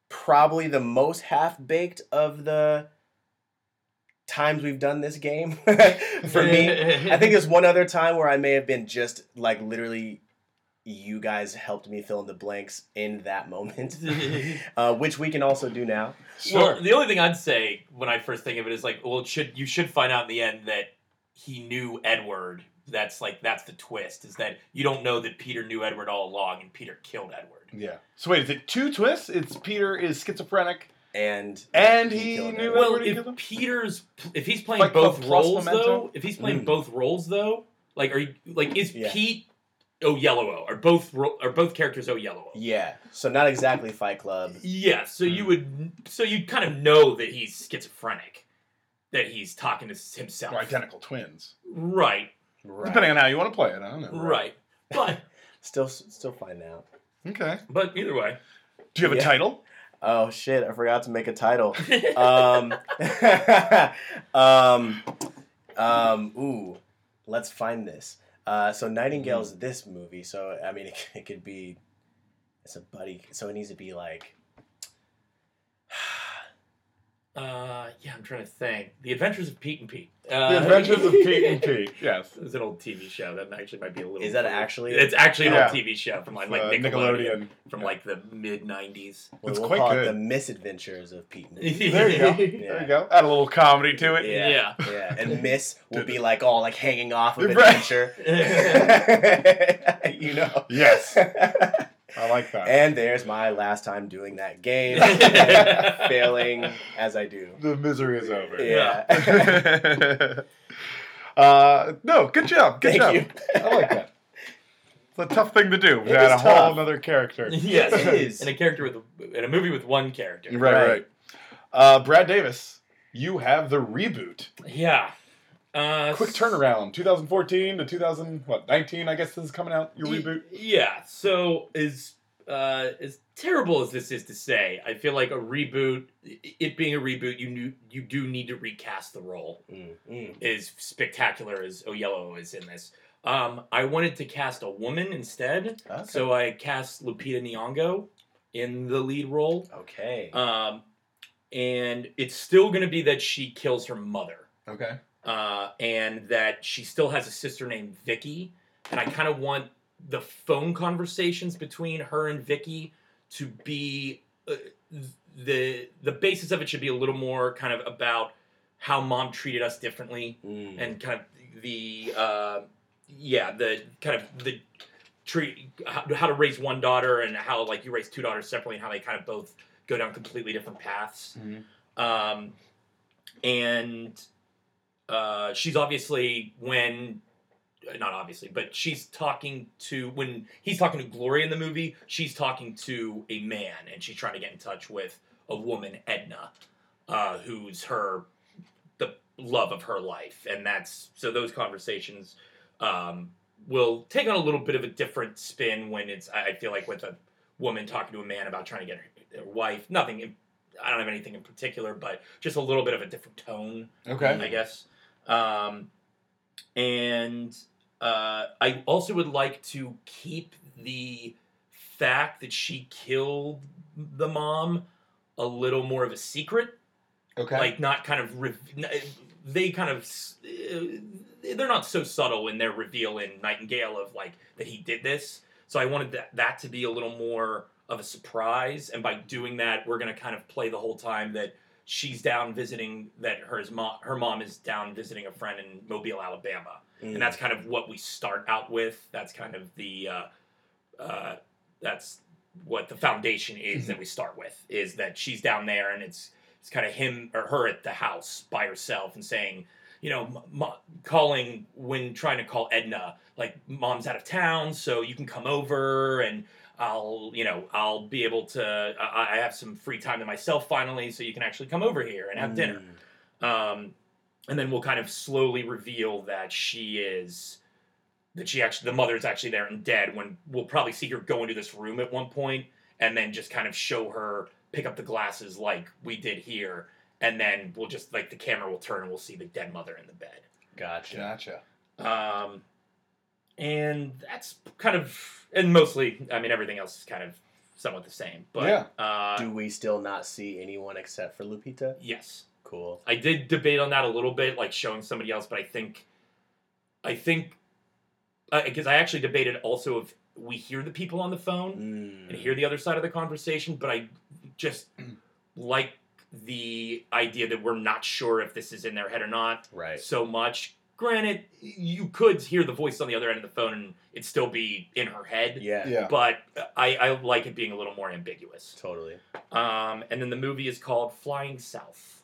[SPEAKER 3] probably the most half baked of the times we've done this game for me. I think there's one other time where I may have been just like literally you guys helped me fill in the blanks in that moment. uh, which we can also do now.
[SPEAKER 1] Sure.
[SPEAKER 2] Well, the only thing I'd say when I first think of it is like, well, it should you should find out in the end that he knew Edward. That's like that's the twist is that you don't know that Peter knew Edward all along and Peter killed Edward.
[SPEAKER 1] yeah. So wait, is it two twists? It's Peter is schizophrenic.
[SPEAKER 3] And
[SPEAKER 1] And he
[SPEAKER 3] killed
[SPEAKER 1] knew
[SPEAKER 3] everyone.
[SPEAKER 2] Well,
[SPEAKER 1] Edward killed
[SPEAKER 2] if
[SPEAKER 1] him?
[SPEAKER 2] Peter's if he's playing
[SPEAKER 1] Fight Club
[SPEAKER 2] both
[SPEAKER 1] plus
[SPEAKER 2] roles
[SPEAKER 1] Memento?
[SPEAKER 2] though, if he's playing
[SPEAKER 3] Mm.
[SPEAKER 2] both roles though, like are you like is
[SPEAKER 3] Yeah.
[SPEAKER 2] Pete oh yellow o are both ro- are both characters oh yellow o?
[SPEAKER 3] Yeah. So not exactly Fight Club.
[SPEAKER 2] Yeah, so you would so you'd kind of know that he's schizophrenic, that he's talking to s- himself.
[SPEAKER 1] Or identical twins.
[SPEAKER 2] Right,
[SPEAKER 3] Right.
[SPEAKER 1] Depending on how you want to play it, I don't know.
[SPEAKER 2] right. But
[SPEAKER 3] Still still find out.
[SPEAKER 1] Okay.
[SPEAKER 2] but either way,
[SPEAKER 1] Do you have a
[SPEAKER 3] Yeah.
[SPEAKER 1] title?
[SPEAKER 3] Oh shit, I forgot to make a title. um, um, um, ooh, let's find this. Uh, so Nightingale's
[SPEAKER 1] Hmm.
[SPEAKER 3] this movie. So I mean, it, c- it could be it's a buddy. So it needs to be like
[SPEAKER 2] uh, yeah, I'm trying to think. The Adventures of Pete and Pete. Uh,
[SPEAKER 1] The Adventures of Pete and Pete. Yes.
[SPEAKER 2] It's an old TV show that actually might be a little.
[SPEAKER 3] Is that actually-
[SPEAKER 2] It's actually an
[SPEAKER 1] Yeah.
[SPEAKER 2] old TV show from like, like
[SPEAKER 1] Uh,
[SPEAKER 2] Nickelodeon,
[SPEAKER 1] Nickelodeon.
[SPEAKER 2] from
[SPEAKER 1] Yeah.
[SPEAKER 2] like the mid '90s.
[SPEAKER 3] well,
[SPEAKER 1] It's
[SPEAKER 3] we'll
[SPEAKER 1] quite
[SPEAKER 3] call it
[SPEAKER 1] good.
[SPEAKER 3] the Misadventures of Pete. and Pete.
[SPEAKER 1] There you go. There
[SPEAKER 3] Yeah.
[SPEAKER 1] you go. Add a little comedy to it.
[SPEAKER 3] Yeah.
[SPEAKER 2] Yeah.
[SPEAKER 3] Yeah, and Miss will be like all like hanging off of
[SPEAKER 1] Right.
[SPEAKER 3] adventure. you know.
[SPEAKER 1] Yes. I like that.
[SPEAKER 3] And there's my last time doing that game, failing as I do.
[SPEAKER 1] the misery is over.
[SPEAKER 3] Yeah.
[SPEAKER 1] uh, no, good job. Good
[SPEAKER 3] Thank
[SPEAKER 1] job.
[SPEAKER 3] you.
[SPEAKER 1] I like that. It's a tough thing to do. We
[SPEAKER 3] It
[SPEAKER 1] had
[SPEAKER 3] is
[SPEAKER 1] a whole
[SPEAKER 3] tough.
[SPEAKER 1] other character.
[SPEAKER 2] yes,
[SPEAKER 3] It is.
[SPEAKER 2] In a character with in a movie with one character.
[SPEAKER 1] Right, right.
[SPEAKER 3] Right.
[SPEAKER 1] Uh, Brad Davis, you have the reboot.
[SPEAKER 2] Yeah. Uh,
[SPEAKER 1] Quick
[SPEAKER 2] s-
[SPEAKER 1] turnaround, 2014 to 2000, what 19? I guess this is coming out. Your
[SPEAKER 2] y-
[SPEAKER 1] reboot.
[SPEAKER 2] Yeah. So is. Uh, as terrible as this is to say, I feel like a reboot. i- It being a reboot, you knew, you do need to recast the role.
[SPEAKER 3] Mm, mm.
[SPEAKER 2] is spectacular as Oyelowo is in this. Um, I wanted to cast a woman instead,
[SPEAKER 3] Okay.
[SPEAKER 2] so I cast Lupita Nyong'o in the lead role.
[SPEAKER 3] okay.
[SPEAKER 2] Um, and it's still going to be that she kills her mother,
[SPEAKER 1] Okay.
[SPEAKER 2] uh, and that she still has a sister named Vicky. And I kind of want the phone conversations between her and Vicky to be uh, the the basis of it should be a little more kind of about how mom treated us differently
[SPEAKER 3] Mm.
[SPEAKER 2] and kind of the uh, yeah the kind of the treat how, how to raise one daughter and how like you raise two daughters separately and how they kind of both go down completely different paths
[SPEAKER 1] Mhm.
[SPEAKER 2] um, and uh, she's obviously when uh, not obviously but she's talking to when he's talking to gloria in the movie she's talking to a man and she's trying to get in touch with a woman edna uh, who's her the love of her life and that's so those conversations um, will take on a little bit of a different spin when it's i I feel like with a woman talking to a man about trying to get her, her wife nothing in- i don't have anything in particular but just a little bit of a different tone
[SPEAKER 1] Okay.
[SPEAKER 2] I guess. Um, and uh, I also would like to keep the fact that she killed the mom a little more of a secret,
[SPEAKER 1] Okay.
[SPEAKER 2] like not kind of re- n- they kind of s- uh, they're not so subtle in their reveal in Nightingale of like that he did this. So I wanted that, that to be a little more of a surprise, and by doing that, we're gonna kind of play the whole time that she's down visiting that her mom her mom is down visiting a friend in Mobile, Alabama,
[SPEAKER 3] mm,
[SPEAKER 2] and that's kind of what we start out with. That's kind of the uh, uh, that's what the foundation is that we start with is that she's down there and it's it's kind of him or her at the house by herself and saying you know m- m- calling when trying to call Edna like mom's out of town so you can come over and I'll, you know, I'll be able to. I, I have some free time to myself finally, so you can actually come over here
[SPEAKER 3] Mm.
[SPEAKER 2] and have dinner. Um, and then we'll kind of slowly reveal that she is that she actually the mother's actually there and dead. When we'll probably see her go into this room at one point, and then just kind of show her pick up the glasses like we did here, and then we'll just like the camera will turn and we'll see the dead mother in the bed.
[SPEAKER 3] Gotcha.
[SPEAKER 1] Gotcha.
[SPEAKER 2] Um, and that's kind of, and mostly, I mean, everything else is kind of somewhat the same. But uh,
[SPEAKER 3] Do we still not see anyone except for Lupita?
[SPEAKER 2] yes,
[SPEAKER 3] Cool.
[SPEAKER 2] I did debate on that a little bit, like showing somebody else. But I think, I think, because I actually debated also if we hear the people on the phone
[SPEAKER 3] Mm.
[SPEAKER 2] and hear the other side of the conversation. But I just like the idea that we're not sure if this is in their head or not.
[SPEAKER 3] Right.
[SPEAKER 2] so much. Granted, you could hear the voice on the other end of the phone and it'd still be in her head,
[SPEAKER 3] Yeah.
[SPEAKER 1] Yeah.
[SPEAKER 2] but I, I like it being a little more ambiguous.
[SPEAKER 3] Totally.
[SPEAKER 2] Um, and then the movie is called Flying South.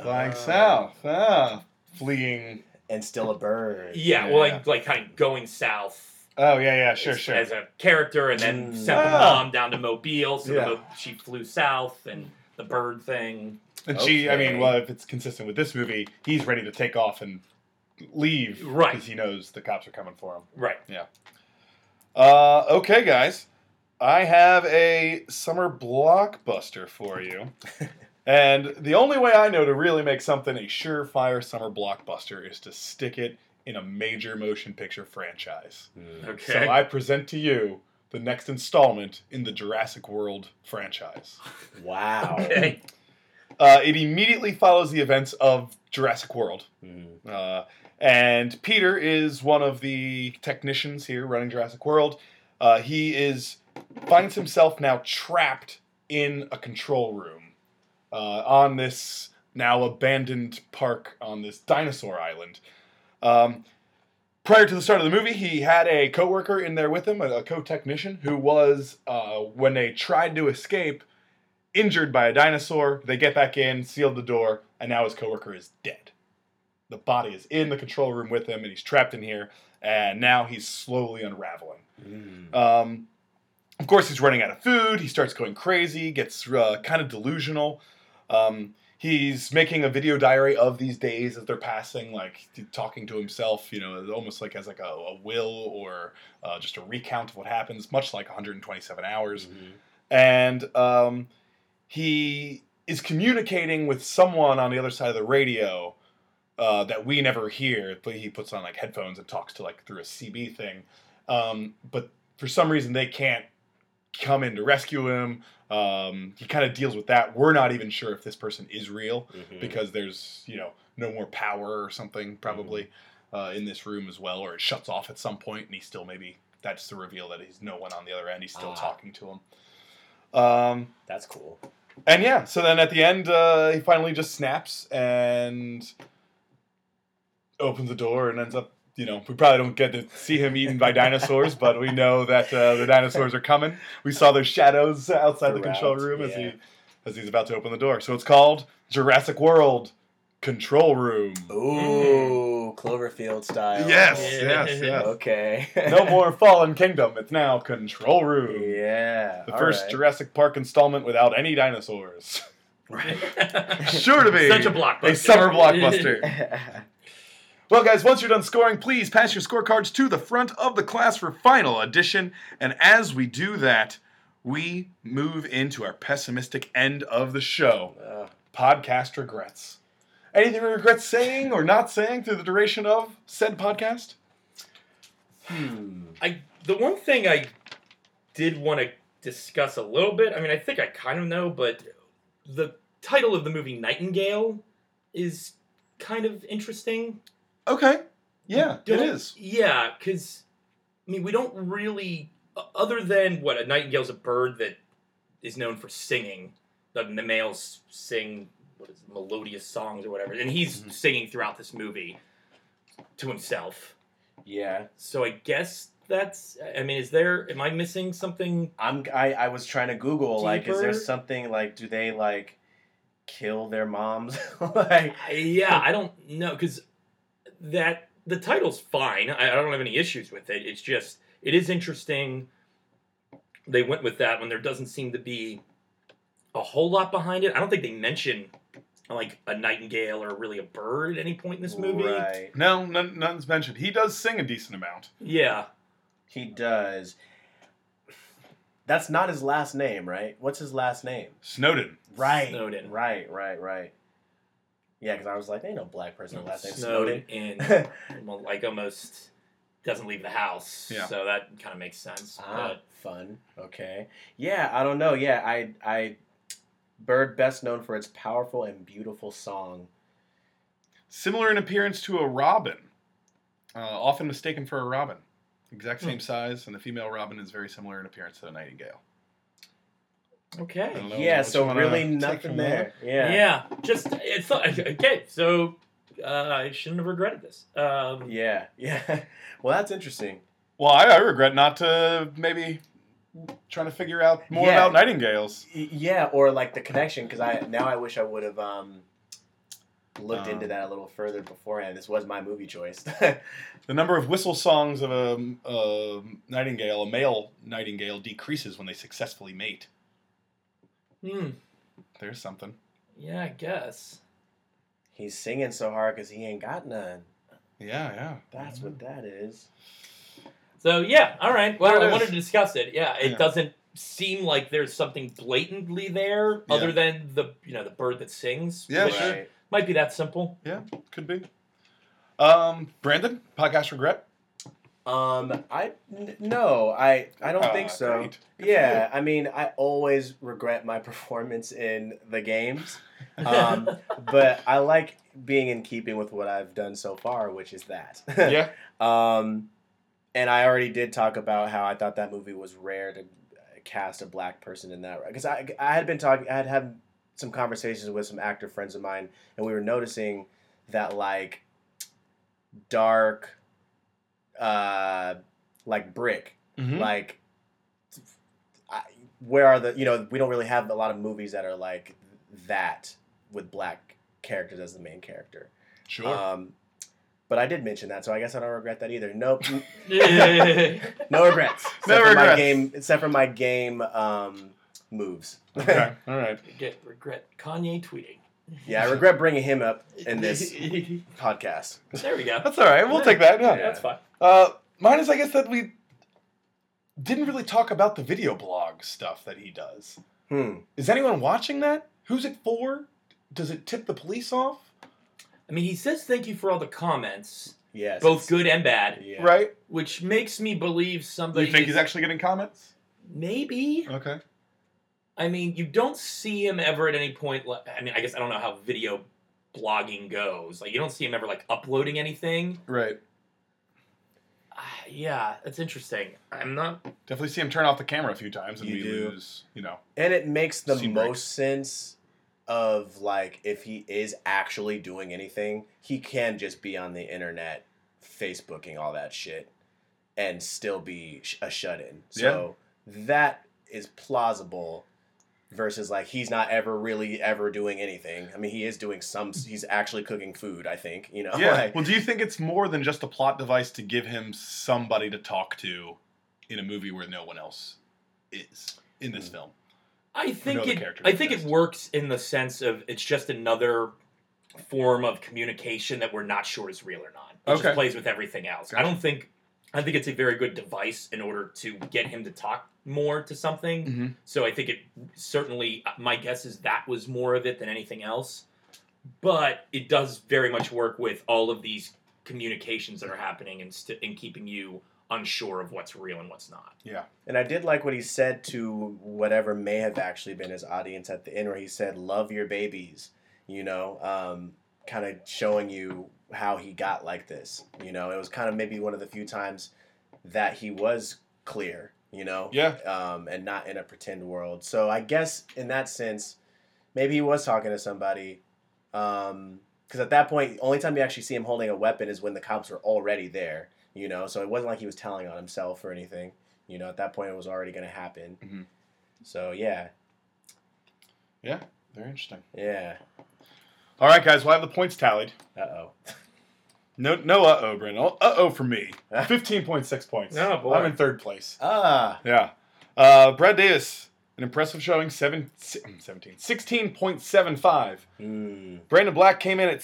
[SPEAKER 1] Flying
[SPEAKER 3] Uh,
[SPEAKER 1] south. Ah. Fleeing.
[SPEAKER 3] And still a bird.
[SPEAKER 2] Yeah, well,
[SPEAKER 1] Yeah.
[SPEAKER 2] like, like kind of going south
[SPEAKER 1] Oh yeah, yeah, sure,
[SPEAKER 2] as,
[SPEAKER 1] sure.
[SPEAKER 2] as a character, and then
[SPEAKER 3] Mm.
[SPEAKER 2] sent the
[SPEAKER 1] Ah.
[SPEAKER 2] mom down to Mobile, so the
[SPEAKER 1] Yeah.
[SPEAKER 2] mo- she flew south, and the bird thing.
[SPEAKER 1] and she, I
[SPEAKER 3] okay.
[SPEAKER 1] mean, well, if it's consistent with this movie, he's ready to take off and leave
[SPEAKER 2] Right.
[SPEAKER 1] because he knows the cops are coming for him.
[SPEAKER 2] Right.
[SPEAKER 1] Uh, okay, guys, I have a summer blockbuster for you. and the only way I know to really make something a surefire summer blockbuster is to stick it in a major motion picture franchise.
[SPEAKER 3] Mm.
[SPEAKER 2] Okay.
[SPEAKER 1] So I present to you the next installment in the Jurassic World franchise.
[SPEAKER 3] Wow.
[SPEAKER 2] okay.
[SPEAKER 1] Uh, it immediately follows the events of Jurassic World.
[SPEAKER 3] Mm.
[SPEAKER 1] Uh, and Peter is one of the technicians here running Jurassic World. Uh, he is finds himself now trapped in a control room uh, on this now abandoned park on this dinosaur island. Um, prior to the start of the movie, he had a coworker in there with him, a, a co-technician, who was uh, when they tried to escape. Injured by a dinosaur, they get back in, sealed the door, and now his coworker is dead the body is in the control room with him and he's trapped in here and now he's slowly unraveling
[SPEAKER 3] Mm.
[SPEAKER 1] um, of course he's running out of food he starts going crazy gets uh, kind of delusional um, he's making a video diary of these days as they're passing like talking to himself you know almost like as like a, a will or uh, just a recount of what happens much like 127 hours
[SPEAKER 3] Mhm.
[SPEAKER 1] and um, he is communicating with someone on the other side of the radio uh, that we never hear. But he puts on like headphones and talks to like through a CB thing. Um, but for some reason, they can't come in to rescue him. Um, he kind of deals with that. We're not even sure if this person is real
[SPEAKER 3] Mhm.
[SPEAKER 1] because there's you know no more power or something probably uh, in this room as well, or it shuts off at some point, and he still maybe that's the reveal that he's no one on the other end. He's still
[SPEAKER 3] Ah.
[SPEAKER 1] talking to him. Um,
[SPEAKER 3] That's cool.
[SPEAKER 1] and yeah, so then at the end, uh, he finally just snaps and opens the door and ends up. You know, we probably don't get to see him eaten by dinosaurs, but we know that uh, the dinosaurs are coming. We saw those shadows outside the control
[SPEAKER 3] Throughout,
[SPEAKER 1] room as
[SPEAKER 3] yeah.
[SPEAKER 1] he as he's about to open the door. So it's called Jurassic World Control Room.
[SPEAKER 3] Oh,
[SPEAKER 2] Mm-hmm.
[SPEAKER 3] Ooh, Cloverfield style.
[SPEAKER 1] Yes,
[SPEAKER 2] Yeah.
[SPEAKER 1] yes, yes.
[SPEAKER 3] Okay.
[SPEAKER 1] No more Fallen Kingdom. It's now Control Room.
[SPEAKER 3] Yeah.
[SPEAKER 1] The
[SPEAKER 3] all
[SPEAKER 1] first
[SPEAKER 3] right.
[SPEAKER 1] Jurassic Park installment without any dinosaurs.
[SPEAKER 3] Right.
[SPEAKER 1] sure to be.
[SPEAKER 2] Such a blockbuster.
[SPEAKER 1] a summer blockbuster.
[SPEAKER 3] That's
[SPEAKER 1] well, guys, once you're done scoring, please pass your scorecards to the front of the class for final addition. And as we do that, we move into our pessimistic end of the show podcast regrets. Anything we regret saying or not saying through the duration of said podcast?
[SPEAKER 3] Hmm,
[SPEAKER 2] I the one thing I did want to discuss a little bit. I mean, I think I kind of know, but the title of the movie Nightingale is kind of interesting.
[SPEAKER 1] Okay. Yeah, it
[SPEAKER 2] Don't-
[SPEAKER 1] is.
[SPEAKER 2] Yeah, because I mean, we don't really, o- other than what a nightingale's a bird that is known for singing. The, the males sing what is it, melodious songs or whatever, and he's
[SPEAKER 1] Mhm.
[SPEAKER 2] singing throughout this movie to himself.
[SPEAKER 3] Yeah.
[SPEAKER 2] So I guess that's. I mean, is there? Am I missing something?
[SPEAKER 3] I'm. I, I was trying to Google like, is there
[SPEAKER 2] Deeper?
[SPEAKER 3] something like, do they like kill their moms? like,
[SPEAKER 2] I- yeah, I don't know because that the title's fine. I, I don't have any issues with it. It's just it is interesting they went with that when there doesn't seem to be a whole lot behind it. I don't think they mention like a nightingale or really a bird at any point in this movie.
[SPEAKER 3] Right.
[SPEAKER 1] No, none, none's mentioned. He does sing a decent amount.
[SPEAKER 2] Yeah.
[SPEAKER 3] He does. That's not his last name, right? What's his last name?
[SPEAKER 1] Snowden.
[SPEAKER 3] Right.
[SPEAKER 2] Snowden.
[SPEAKER 3] Right, right, right. Yeah, because I was like, ain't no black person with last name
[SPEAKER 2] Snowden
[SPEAKER 3] Snowden.
[SPEAKER 2] and well, like almost doesn't leave the house.
[SPEAKER 1] Yeah.
[SPEAKER 2] So that kind of makes sense.
[SPEAKER 3] ah,
[SPEAKER 2] But
[SPEAKER 3] fun. Okay. Yeah, I don't know. Yeah, I, I, Bird best known for its powerful and beautiful song.
[SPEAKER 1] Similar in appearance to a robin, uh, often mistaken for a robin. Exact
[SPEAKER 3] Hmm.
[SPEAKER 1] same size, and the female robin is very similar in appearance to the nightingale. I
[SPEAKER 2] okay.
[SPEAKER 1] don't know
[SPEAKER 3] yeah,
[SPEAKER 1] what you
[SPEAKER 3] so
[SPEAKER 1] wanna
[SPEAKER 3] really
[SPEAKER 1] take
[SPEAKER 3] nothing
[SPEAKER 1] from
[SPEAKER 3] there.
[SPEAKER 2] Yeah.
[SPEAKER 3] Yeah.
[SPEAKER 2] Just it's okay. So uh, I shouldn't have regretted this. Um,
[SPEAKER 3] Yeah. Yeah. well, that's interesting.
[SPEAKER 1] Well, I, I regret not to maybe trying to figure out more
[SPEAKER 3] Yeah.
[SPEAKER 1] about nightingales.
[SPEAKER 3] Y- Yeah, or like the connection because I now I wish I would have um looked into
[SPEAKER 1] Um,
[SPEAKER 3] that a little further beforehand. This was my movie choice.
[SPEAKER 1] The number of whistle songs of a, a nightingale, a male nightingale, decreases when they successfully mate.
[SPEAKER 2] hmm.
[SPEAKER 1] There's something.
[SPEAKER 2] Yeah, I guess.
[SPEAKER 3] He's singing so hard because he ain't got none.
[SPEAKER 1] Yeah, yeah.
[SPEAKER 3] That's what
[SPEAKER 1] Mm.
[SPEAKER 3] that is.
[SPEAKER 2] So yeah, all right.
[SPEAKER 1] There
[SPEAKER 2] Well,
[SPEAKER 1] it
[SPEAKER 2] I
[SPEAKER 1] is.
[SPEAKER 2] wanted to discuss it. Yeah, it
[SPEAKER 1] Yeah.
[SPEAKER 2] doesn't seem like there's something blatantly there,
[SPEAKER 1] Yeah.
[SPEAKER 2] other than the you know the bird that sings.
[SPEAKER 1] Yeah,
[SPEAKER 2] which
[SPEAKER 1] sure.
[SPEAKER 3] Right.
[SPEAKER 2] Might be that simple.
[SPEAKER 1] Could be. Um, Brandon, podcast regret?
[SPEAKER 3] Um, I n- no, I I don't
[SPEAKER 1] Ah,
[SPEAKER 3] think so.
[SPEAKER 1] great. Good for
[SPEAKER 3] Yeah, I mean, I always regret my performance in the games, um, but I like being in keeping with what I've done so far, which is that.
[SPEAKER 1] you. Yeah.
[SPEAKER 3] Um, and I already did talk about how I thought that movie was rare to cast a black person in that because I I had been talking I had had some conversations with some actor friends of mine and we were noticing that like dark uh like brick
[SPEAKER 1] Mhm.
[SPEAKER 3] like I, where are the you know we don't really have a lot of movies that are like that with black characters as the main character
[SPEAKER 1] Sure.
[SPEAKER 3] um, but I did mention that, so I guess I don't regret that either. Nope, n-
[SPEAKER 2] yeah,
[SPEAKER 3] no regrets. except
[SPEAKER 1] No
[SPEAKER 3] for My
[SPEAKER 1] regrets.
[SPEAKER 3] game, except for my game um, moves.
[SPEAKER 1] okay. All right.
[SPEAKER 2] Get regret Kanye tweeting.
[SPEAKER 3] yeah, I regret bringing him up in this podcast.
[SPEAKER 2] there we go.
[SPEAKER 1] That's all right. We'll take that. Yeah.
[SPEAKER 2] Yeah, that's fine.
[SPEAKER 1] Uh, mine is, I guess, that we didn't really talk about the video blog stuff that he does.
[SPEAKER 3] Hmm.
[SPEAKER 1] Is anyone watching that? Who's it for? Does it tip the police off?
[SPEAKER 2] I mean, he says thank you for all the comments,
[SPEAKER 3] Yes.
[SPEAKER 2] both good and bad,
[SPEAKER 3] Yeah.
[SPEAKER 1] Right?
[SPEAKER 2] which makes me believe
[SPEAKER 1] Do
[SPEAKER 2] somebody.
[SPEAKER 1] you think he's actually getting comments?
[SPEAKER 2] maybe?
[SPEAKER 1] Okay.
[SPEAKER 2] I mean, you don't see him ever at any point. Like, I mean, I guess I don't know how video blogging goes. Like, you don't see him ever like uploading anything.
[SPEAKER 1] Right.
[SPEAKER 2] Uh, yeah, that's interesting. I'm not.
[SPEAKER 1] Definitely see him turn off the camera a few times and
[SPEAKER 3] You
[SPEAKER 1] we
[SPEAKER 3] do.
[SPEAKER 1] lose, you know.
[SPEAKER 3] And it makes the
[SPEAKER 1] Scene
[SPEAKER 3] most
[SPEAKER 1] breaks.
[SPEAKER 3] sense of like if he is actually doing anything, he can just be on the internet, Facebooking all that shit, and still be sh- a shut in. So that is plausible. Versus like he's not ever really ever doing anything. I mean, he is doing some. He's actually cooking food. I think you know.
[SPEAKER 1] yeah.
[SPEAKER 3] like-
[SPEAKER 1] well, do you think it's more than just a plot device to give him somebody to talk to in a movie where no one else is in this
[SPEAKER 3] Mm.
[SPEAKER 1] film?
[SPEAKER 2] I think
[SPEAKER 1] other
[SPEAKER 2] it.
[SPEAKER 1] character
[SPEAKER 2] I think it
[SPEAKER 1] exists.
[SPEAKER 2] works in the sense of it's just another form of communication that we're not sure is real or not. It
[SPEAKER 1] Okay.
[SPEAKER 2] just plays with everything else. I
[SPEAKER 1] Gotcha.
[SPEAKER 2] don't think. I think it's a very good device in order to get him to talk more to something.
[SPEAKER 1] Mm-hmm.
[SPEAKER 2] So I think it certainly, my guess is that was more of it than anything else. But it does very much work with all of these communications that are happening and, st- and keeping you unsure of what's real and what's not.
[SPEAKER 3] And I did like what he said to whatever may have actually been his audience at the end, where he said, "Love your babies," you know, um, kind of showing you how he got like this. You know, it was kind of maybe one of the few times that he was clear, you know,
[SPEAKER 1] Yeah.
[SPEAKER 3] um, and not in a pretend world. So I guess in that sense, maybe he was talking to somebody, because at that point, the only time you actually see him holding a weapon is when the cops were already there. You know, so it wasn't like he was telling on himself or anything. You know, at that point, it was already going to happen.
[SPEAKER 1] Mhm.
[SPEAKER 3] So yeah,
[SPEAKER 1] Very interesting.
[SPEAKER 3] yeah.
[SPEAKER 1] All right, guys. Well, I have the points tallied.
[SPEAKER 3] Uh oh.
[SPEAKER 1] No, no, uh oh, Brendan. Uh oh for me. 15.6 points.
[SPEAKER 2] Oh, boy.
[SPEAKER 1] I'm in third place.
[SPEAKER 3] Ah.
[SPEAKER 1] Yeah. Uh, Brad Davis, an impressive showing, seven, si- mm, 17, 16.75.
[SPEAKER 3] Mm.
[SPEAKER 1] Brandon Black came in at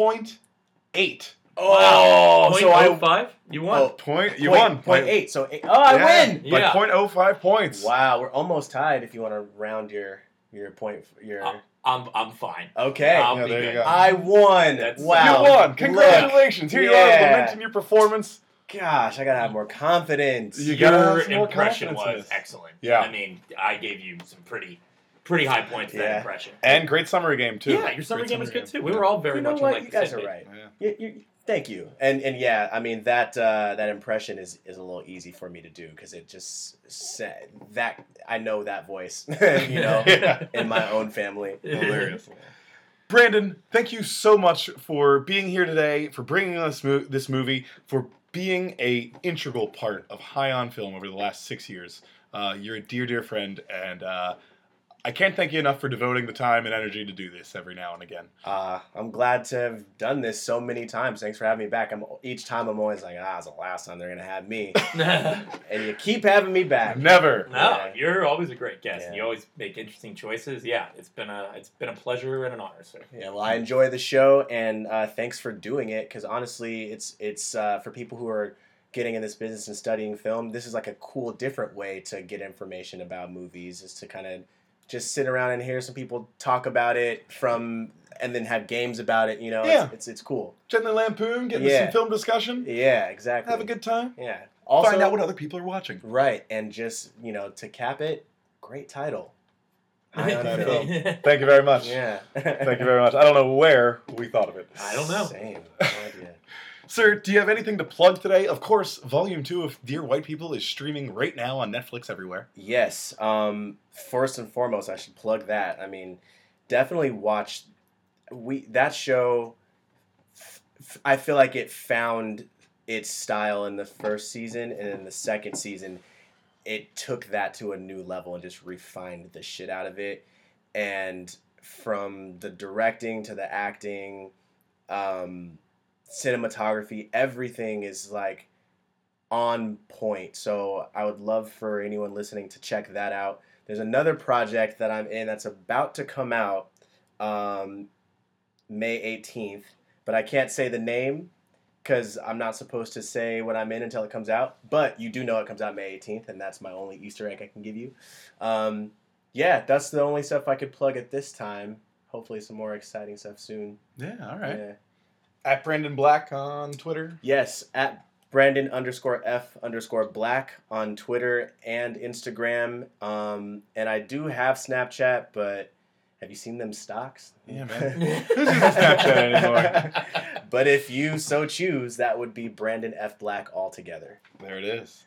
[SPEAKER 1] 16.8.
[SPEAKER 2] Oh,
[SPEAKER 1] so I-
[SPEAKER 2] five. You won.
[SPEAKER 3] Oh,
[SPEAKER 1] Point, you
[SPEAKER 3] Point-
[SPEAKER 1] won.
[SPEAKER 3] point eight. So eight. Oh, I
[SPEAKER 1] Yeah,
[SPEAKER 3] win.
[SPEAKER 1] By
[SPEAKER 2] Yeah.
[SPEAKER 1] 0.05 points.
[SPEAKER 3] Wow, we're almost tied. If you want to round your your point, your
[SPEAKER 2] Uh, I'm I'm fine.
[SPEAKER 3] okay,
[SPEAKER 2] I'll
[SPEAKER 1] Yeah,
[SPEAKER 2] be
[SPEAKER 1] there you
[SPEAKER 2] good.
[SPEAKER 1] go.
[SPEAKER 3] I won.
[SPEAKER 2] That's-
[SPEAKER 1] You
[SPEAKER 3] wow,
[SPEAKER 1] won.
[SPEAKER 3] Look,
[SPEAKER 1] Congratulations. Here you are,
[SPEAKER 3] Yeah.
[SPEAKER 1] lamenting your performance.
[SPEAKER 3] gosh, I gotta have more confidence.
[SPEAKER 1] You gotta
[SPEAKER 2] Your
[SPEAKER 1] have some more
[SPEAKER 2] impression
[SPEAKER 1] confidence in
[SPEAKER 2] was
[SPEAKER 1] this.
[SPEAKER 2] excellent.
[SPEAKER 1] Yeah.
[SPEAKER 2] I mean, I gave you some pretty pretty high points for that
[SPEAKER 3] Yeah.
[SPEAKER 2] impression.
[SPEAKER 1] And great summary game, too.
[SPEAKER 2] yeah, your summer
[SPEAKER 1] Great
[SPEAKER 2] game was good too. We
[SPEAKER 1] Yeah.
[SPEAKER 2] were all very
[SPEAKER 3] you know
[SPEAKER 2] much
[SPEAKER 3] what?
[SPEAKER 2] alike.
[SPEAKER 3] you
[SPEAKER 2] the
[SPEAKER 3] guys
[SPEAKER 2] same
[SPEAKER 3] are
[SPEAKER 2] day.
[SPEAKER 3] right.
[SPEAKER 1] Yeah.
[SPEAKER 3] You, you, thank you. And and yeah, I mean that uh, that impression is is a little easy for me to do because it just said that I know that voice, you know,
[SPEAKER 1] Yeah.
[SPEAKER 3] in my own family.
[SPEAKER 1] Hilarious. Brandon, thank you so much for being here today, for bringing us mo- this movie, for being a integral part of High on Film over the last six years. Uh, you're a dear, dear friend, and uh, I can't thank you enough for devoting the time and energy to do this every now and again.
[SPEAKER 3] Uh, I'm glad to have done this so many times. Thanks for having me back. I'm each time I'm always like, ah, it's the last time they're gonna have me, and you keep having me back.
[SPEAKER 1] Never.
[SPEAKER 2] no,
[SPEAKER 3] Yeah.
[SPEAKER 2] you're always a great guest, and
[SPEAKER 3] Yeah.
[SPEAKER 2] you always make interesting choices. Yeah, it's been a it's been a pleasure and an honor, sir.
[SPEAKER 3] Yeah, well, I enjoy the show, and uh, thanks for doing it. Because honestly, it's it's uh, for people who are getting in this business and studying film. This is like a cool, different way to get information about movies. Is to kind of just sit around and hear some people talk about it from, and then have games about it. You know,
[SPEAKER 1] Yeah.
[SPEAKER 3] it's, it's it's cool.
[SPEAKER 1] Gently Lampoon, getting
[SPEAKER 3] Yeah.
[SPEAKER 1] some film discussion.
[SPEAKER 3] Yeah, exactly.
[SPEAKER 1] Have a good time.
[SPEAKER 3] yeah. Also,
[SPEAKER 1] Find out what other people are watching.
[SPEAKER 3] right, and just you know to cap it, great title. High on
[SPEAKER 1] Title.
[SPEAKER 3] film.
[SPEAKER 1] Thank you very much.
[SPEAKER 3] Yeah.
[SPEAKER 1] Thank you very much. I don't know where we thought of it.
[SPEAKER 2] I don't know.
[SPEAKER 3] Same. No idea.
[SPEAKER 1] Sir, do you have anything to plug today? Of course, Volume 2 of Dear White People is streaming right now on Netflix everywhere.
[SPEAKER 3] Yes. Um, first and foremost, I should plug that. I mean, definitely watch we that show. f- f- I feel like it found its style in the first season, and in the second season, it took that to a new level and just refined the shit out of it. And from the directing to the acting, um, cinematography, everything is like on point. So I would love for anyone listening to check that out. There's another project that I'm in that's about to come out um, May 18th, but I can't say the name because I'm not supposed to say what I'm in until it comes out. But you do know it comes out May 18th, and that's my only Easter egg I can give you. Um, yeah, that's the only stuff I could plug at this time. Hopefully, some more exciting stuff soon.
[SPEAKER 1] Yeah, all right.
[SPEAKER 3] Yeah.
[SPEAKER 1] At Brandon Black on Twitter.
[SPEAKER 3] Yes, at Brandon underscore F underscore Black on Twitter and Instagram. Um, and I do have Snapchat, but have you seen them stocks?
[SPEAKER 1] Yeah, man. Who's using Snapchat anymore?
[SPEAKER 3] but if you so choose, that would be Brandon F Black altogether.
[SPEAKER 1] There it is.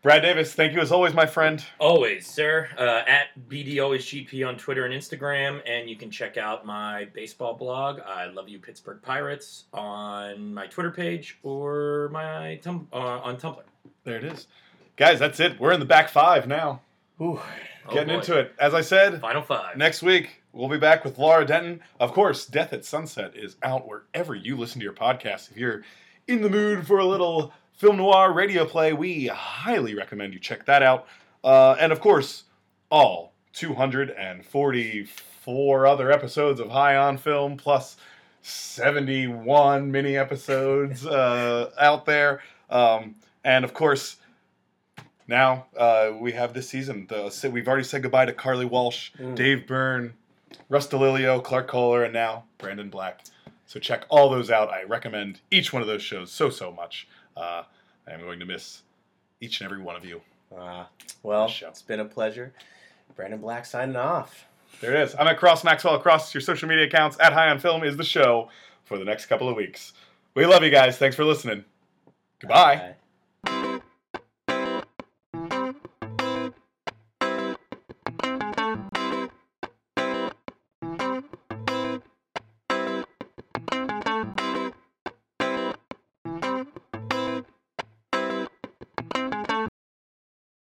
[SPEAKER 1] Brad Davis, thank you as always, my friend.
[SPEAKER 2] Always, sir. Uh, at BDOSGP on Twitter and Instagram, and you can check out my baseball blog. I love you, Pittsburgh Pirates, on my Twitter page or my tum- uh, on Tumblr.
[SPEAKER 1] There it is. Guys, that's it. We're in the back five now.
[SPEAKER 3] Whew.
[SPEAKER 2] Oh,
[SPEAKER 1] Getting
[SPEAKER 2] boy.
[SPEAKER 1] into it. As I said,
[SPEAKER 2] Final five.
[SPEAKER 1] Next week, we'll be back with Laura Denton. Of course, Death at Sunset is out wherever you listen to your podcast. If you're in the mood for a little film noir radio play, we highly recommend you check that out. Uh, and of course, all 244 other episodes of High on Film, plus 71 mini episodes uh, out there. Um, and of course, now uh, we have this season. The, so we've already said goodbye to Carly Walsh, Dave Byrne, Russ DeLilio, Clark Kohler, and now Brandon Black. So check all those out. I recommend each one of those shows so so much. Uh, I am going to miss each and every one of you.
[SPEAKER 3] Uh, well,
[SPEAKER 1] Show.
[SPEAKER 3] it's been a pleasure. Brandon Black signing off.
[SPEAKER 1] There it is. I'm at Cross Maxwell across your social media accounts at High on Film is the show for the next couple of weeks. We love you guys. Thanks for listening. Goodbye.
[SPEAKER 3] Bye.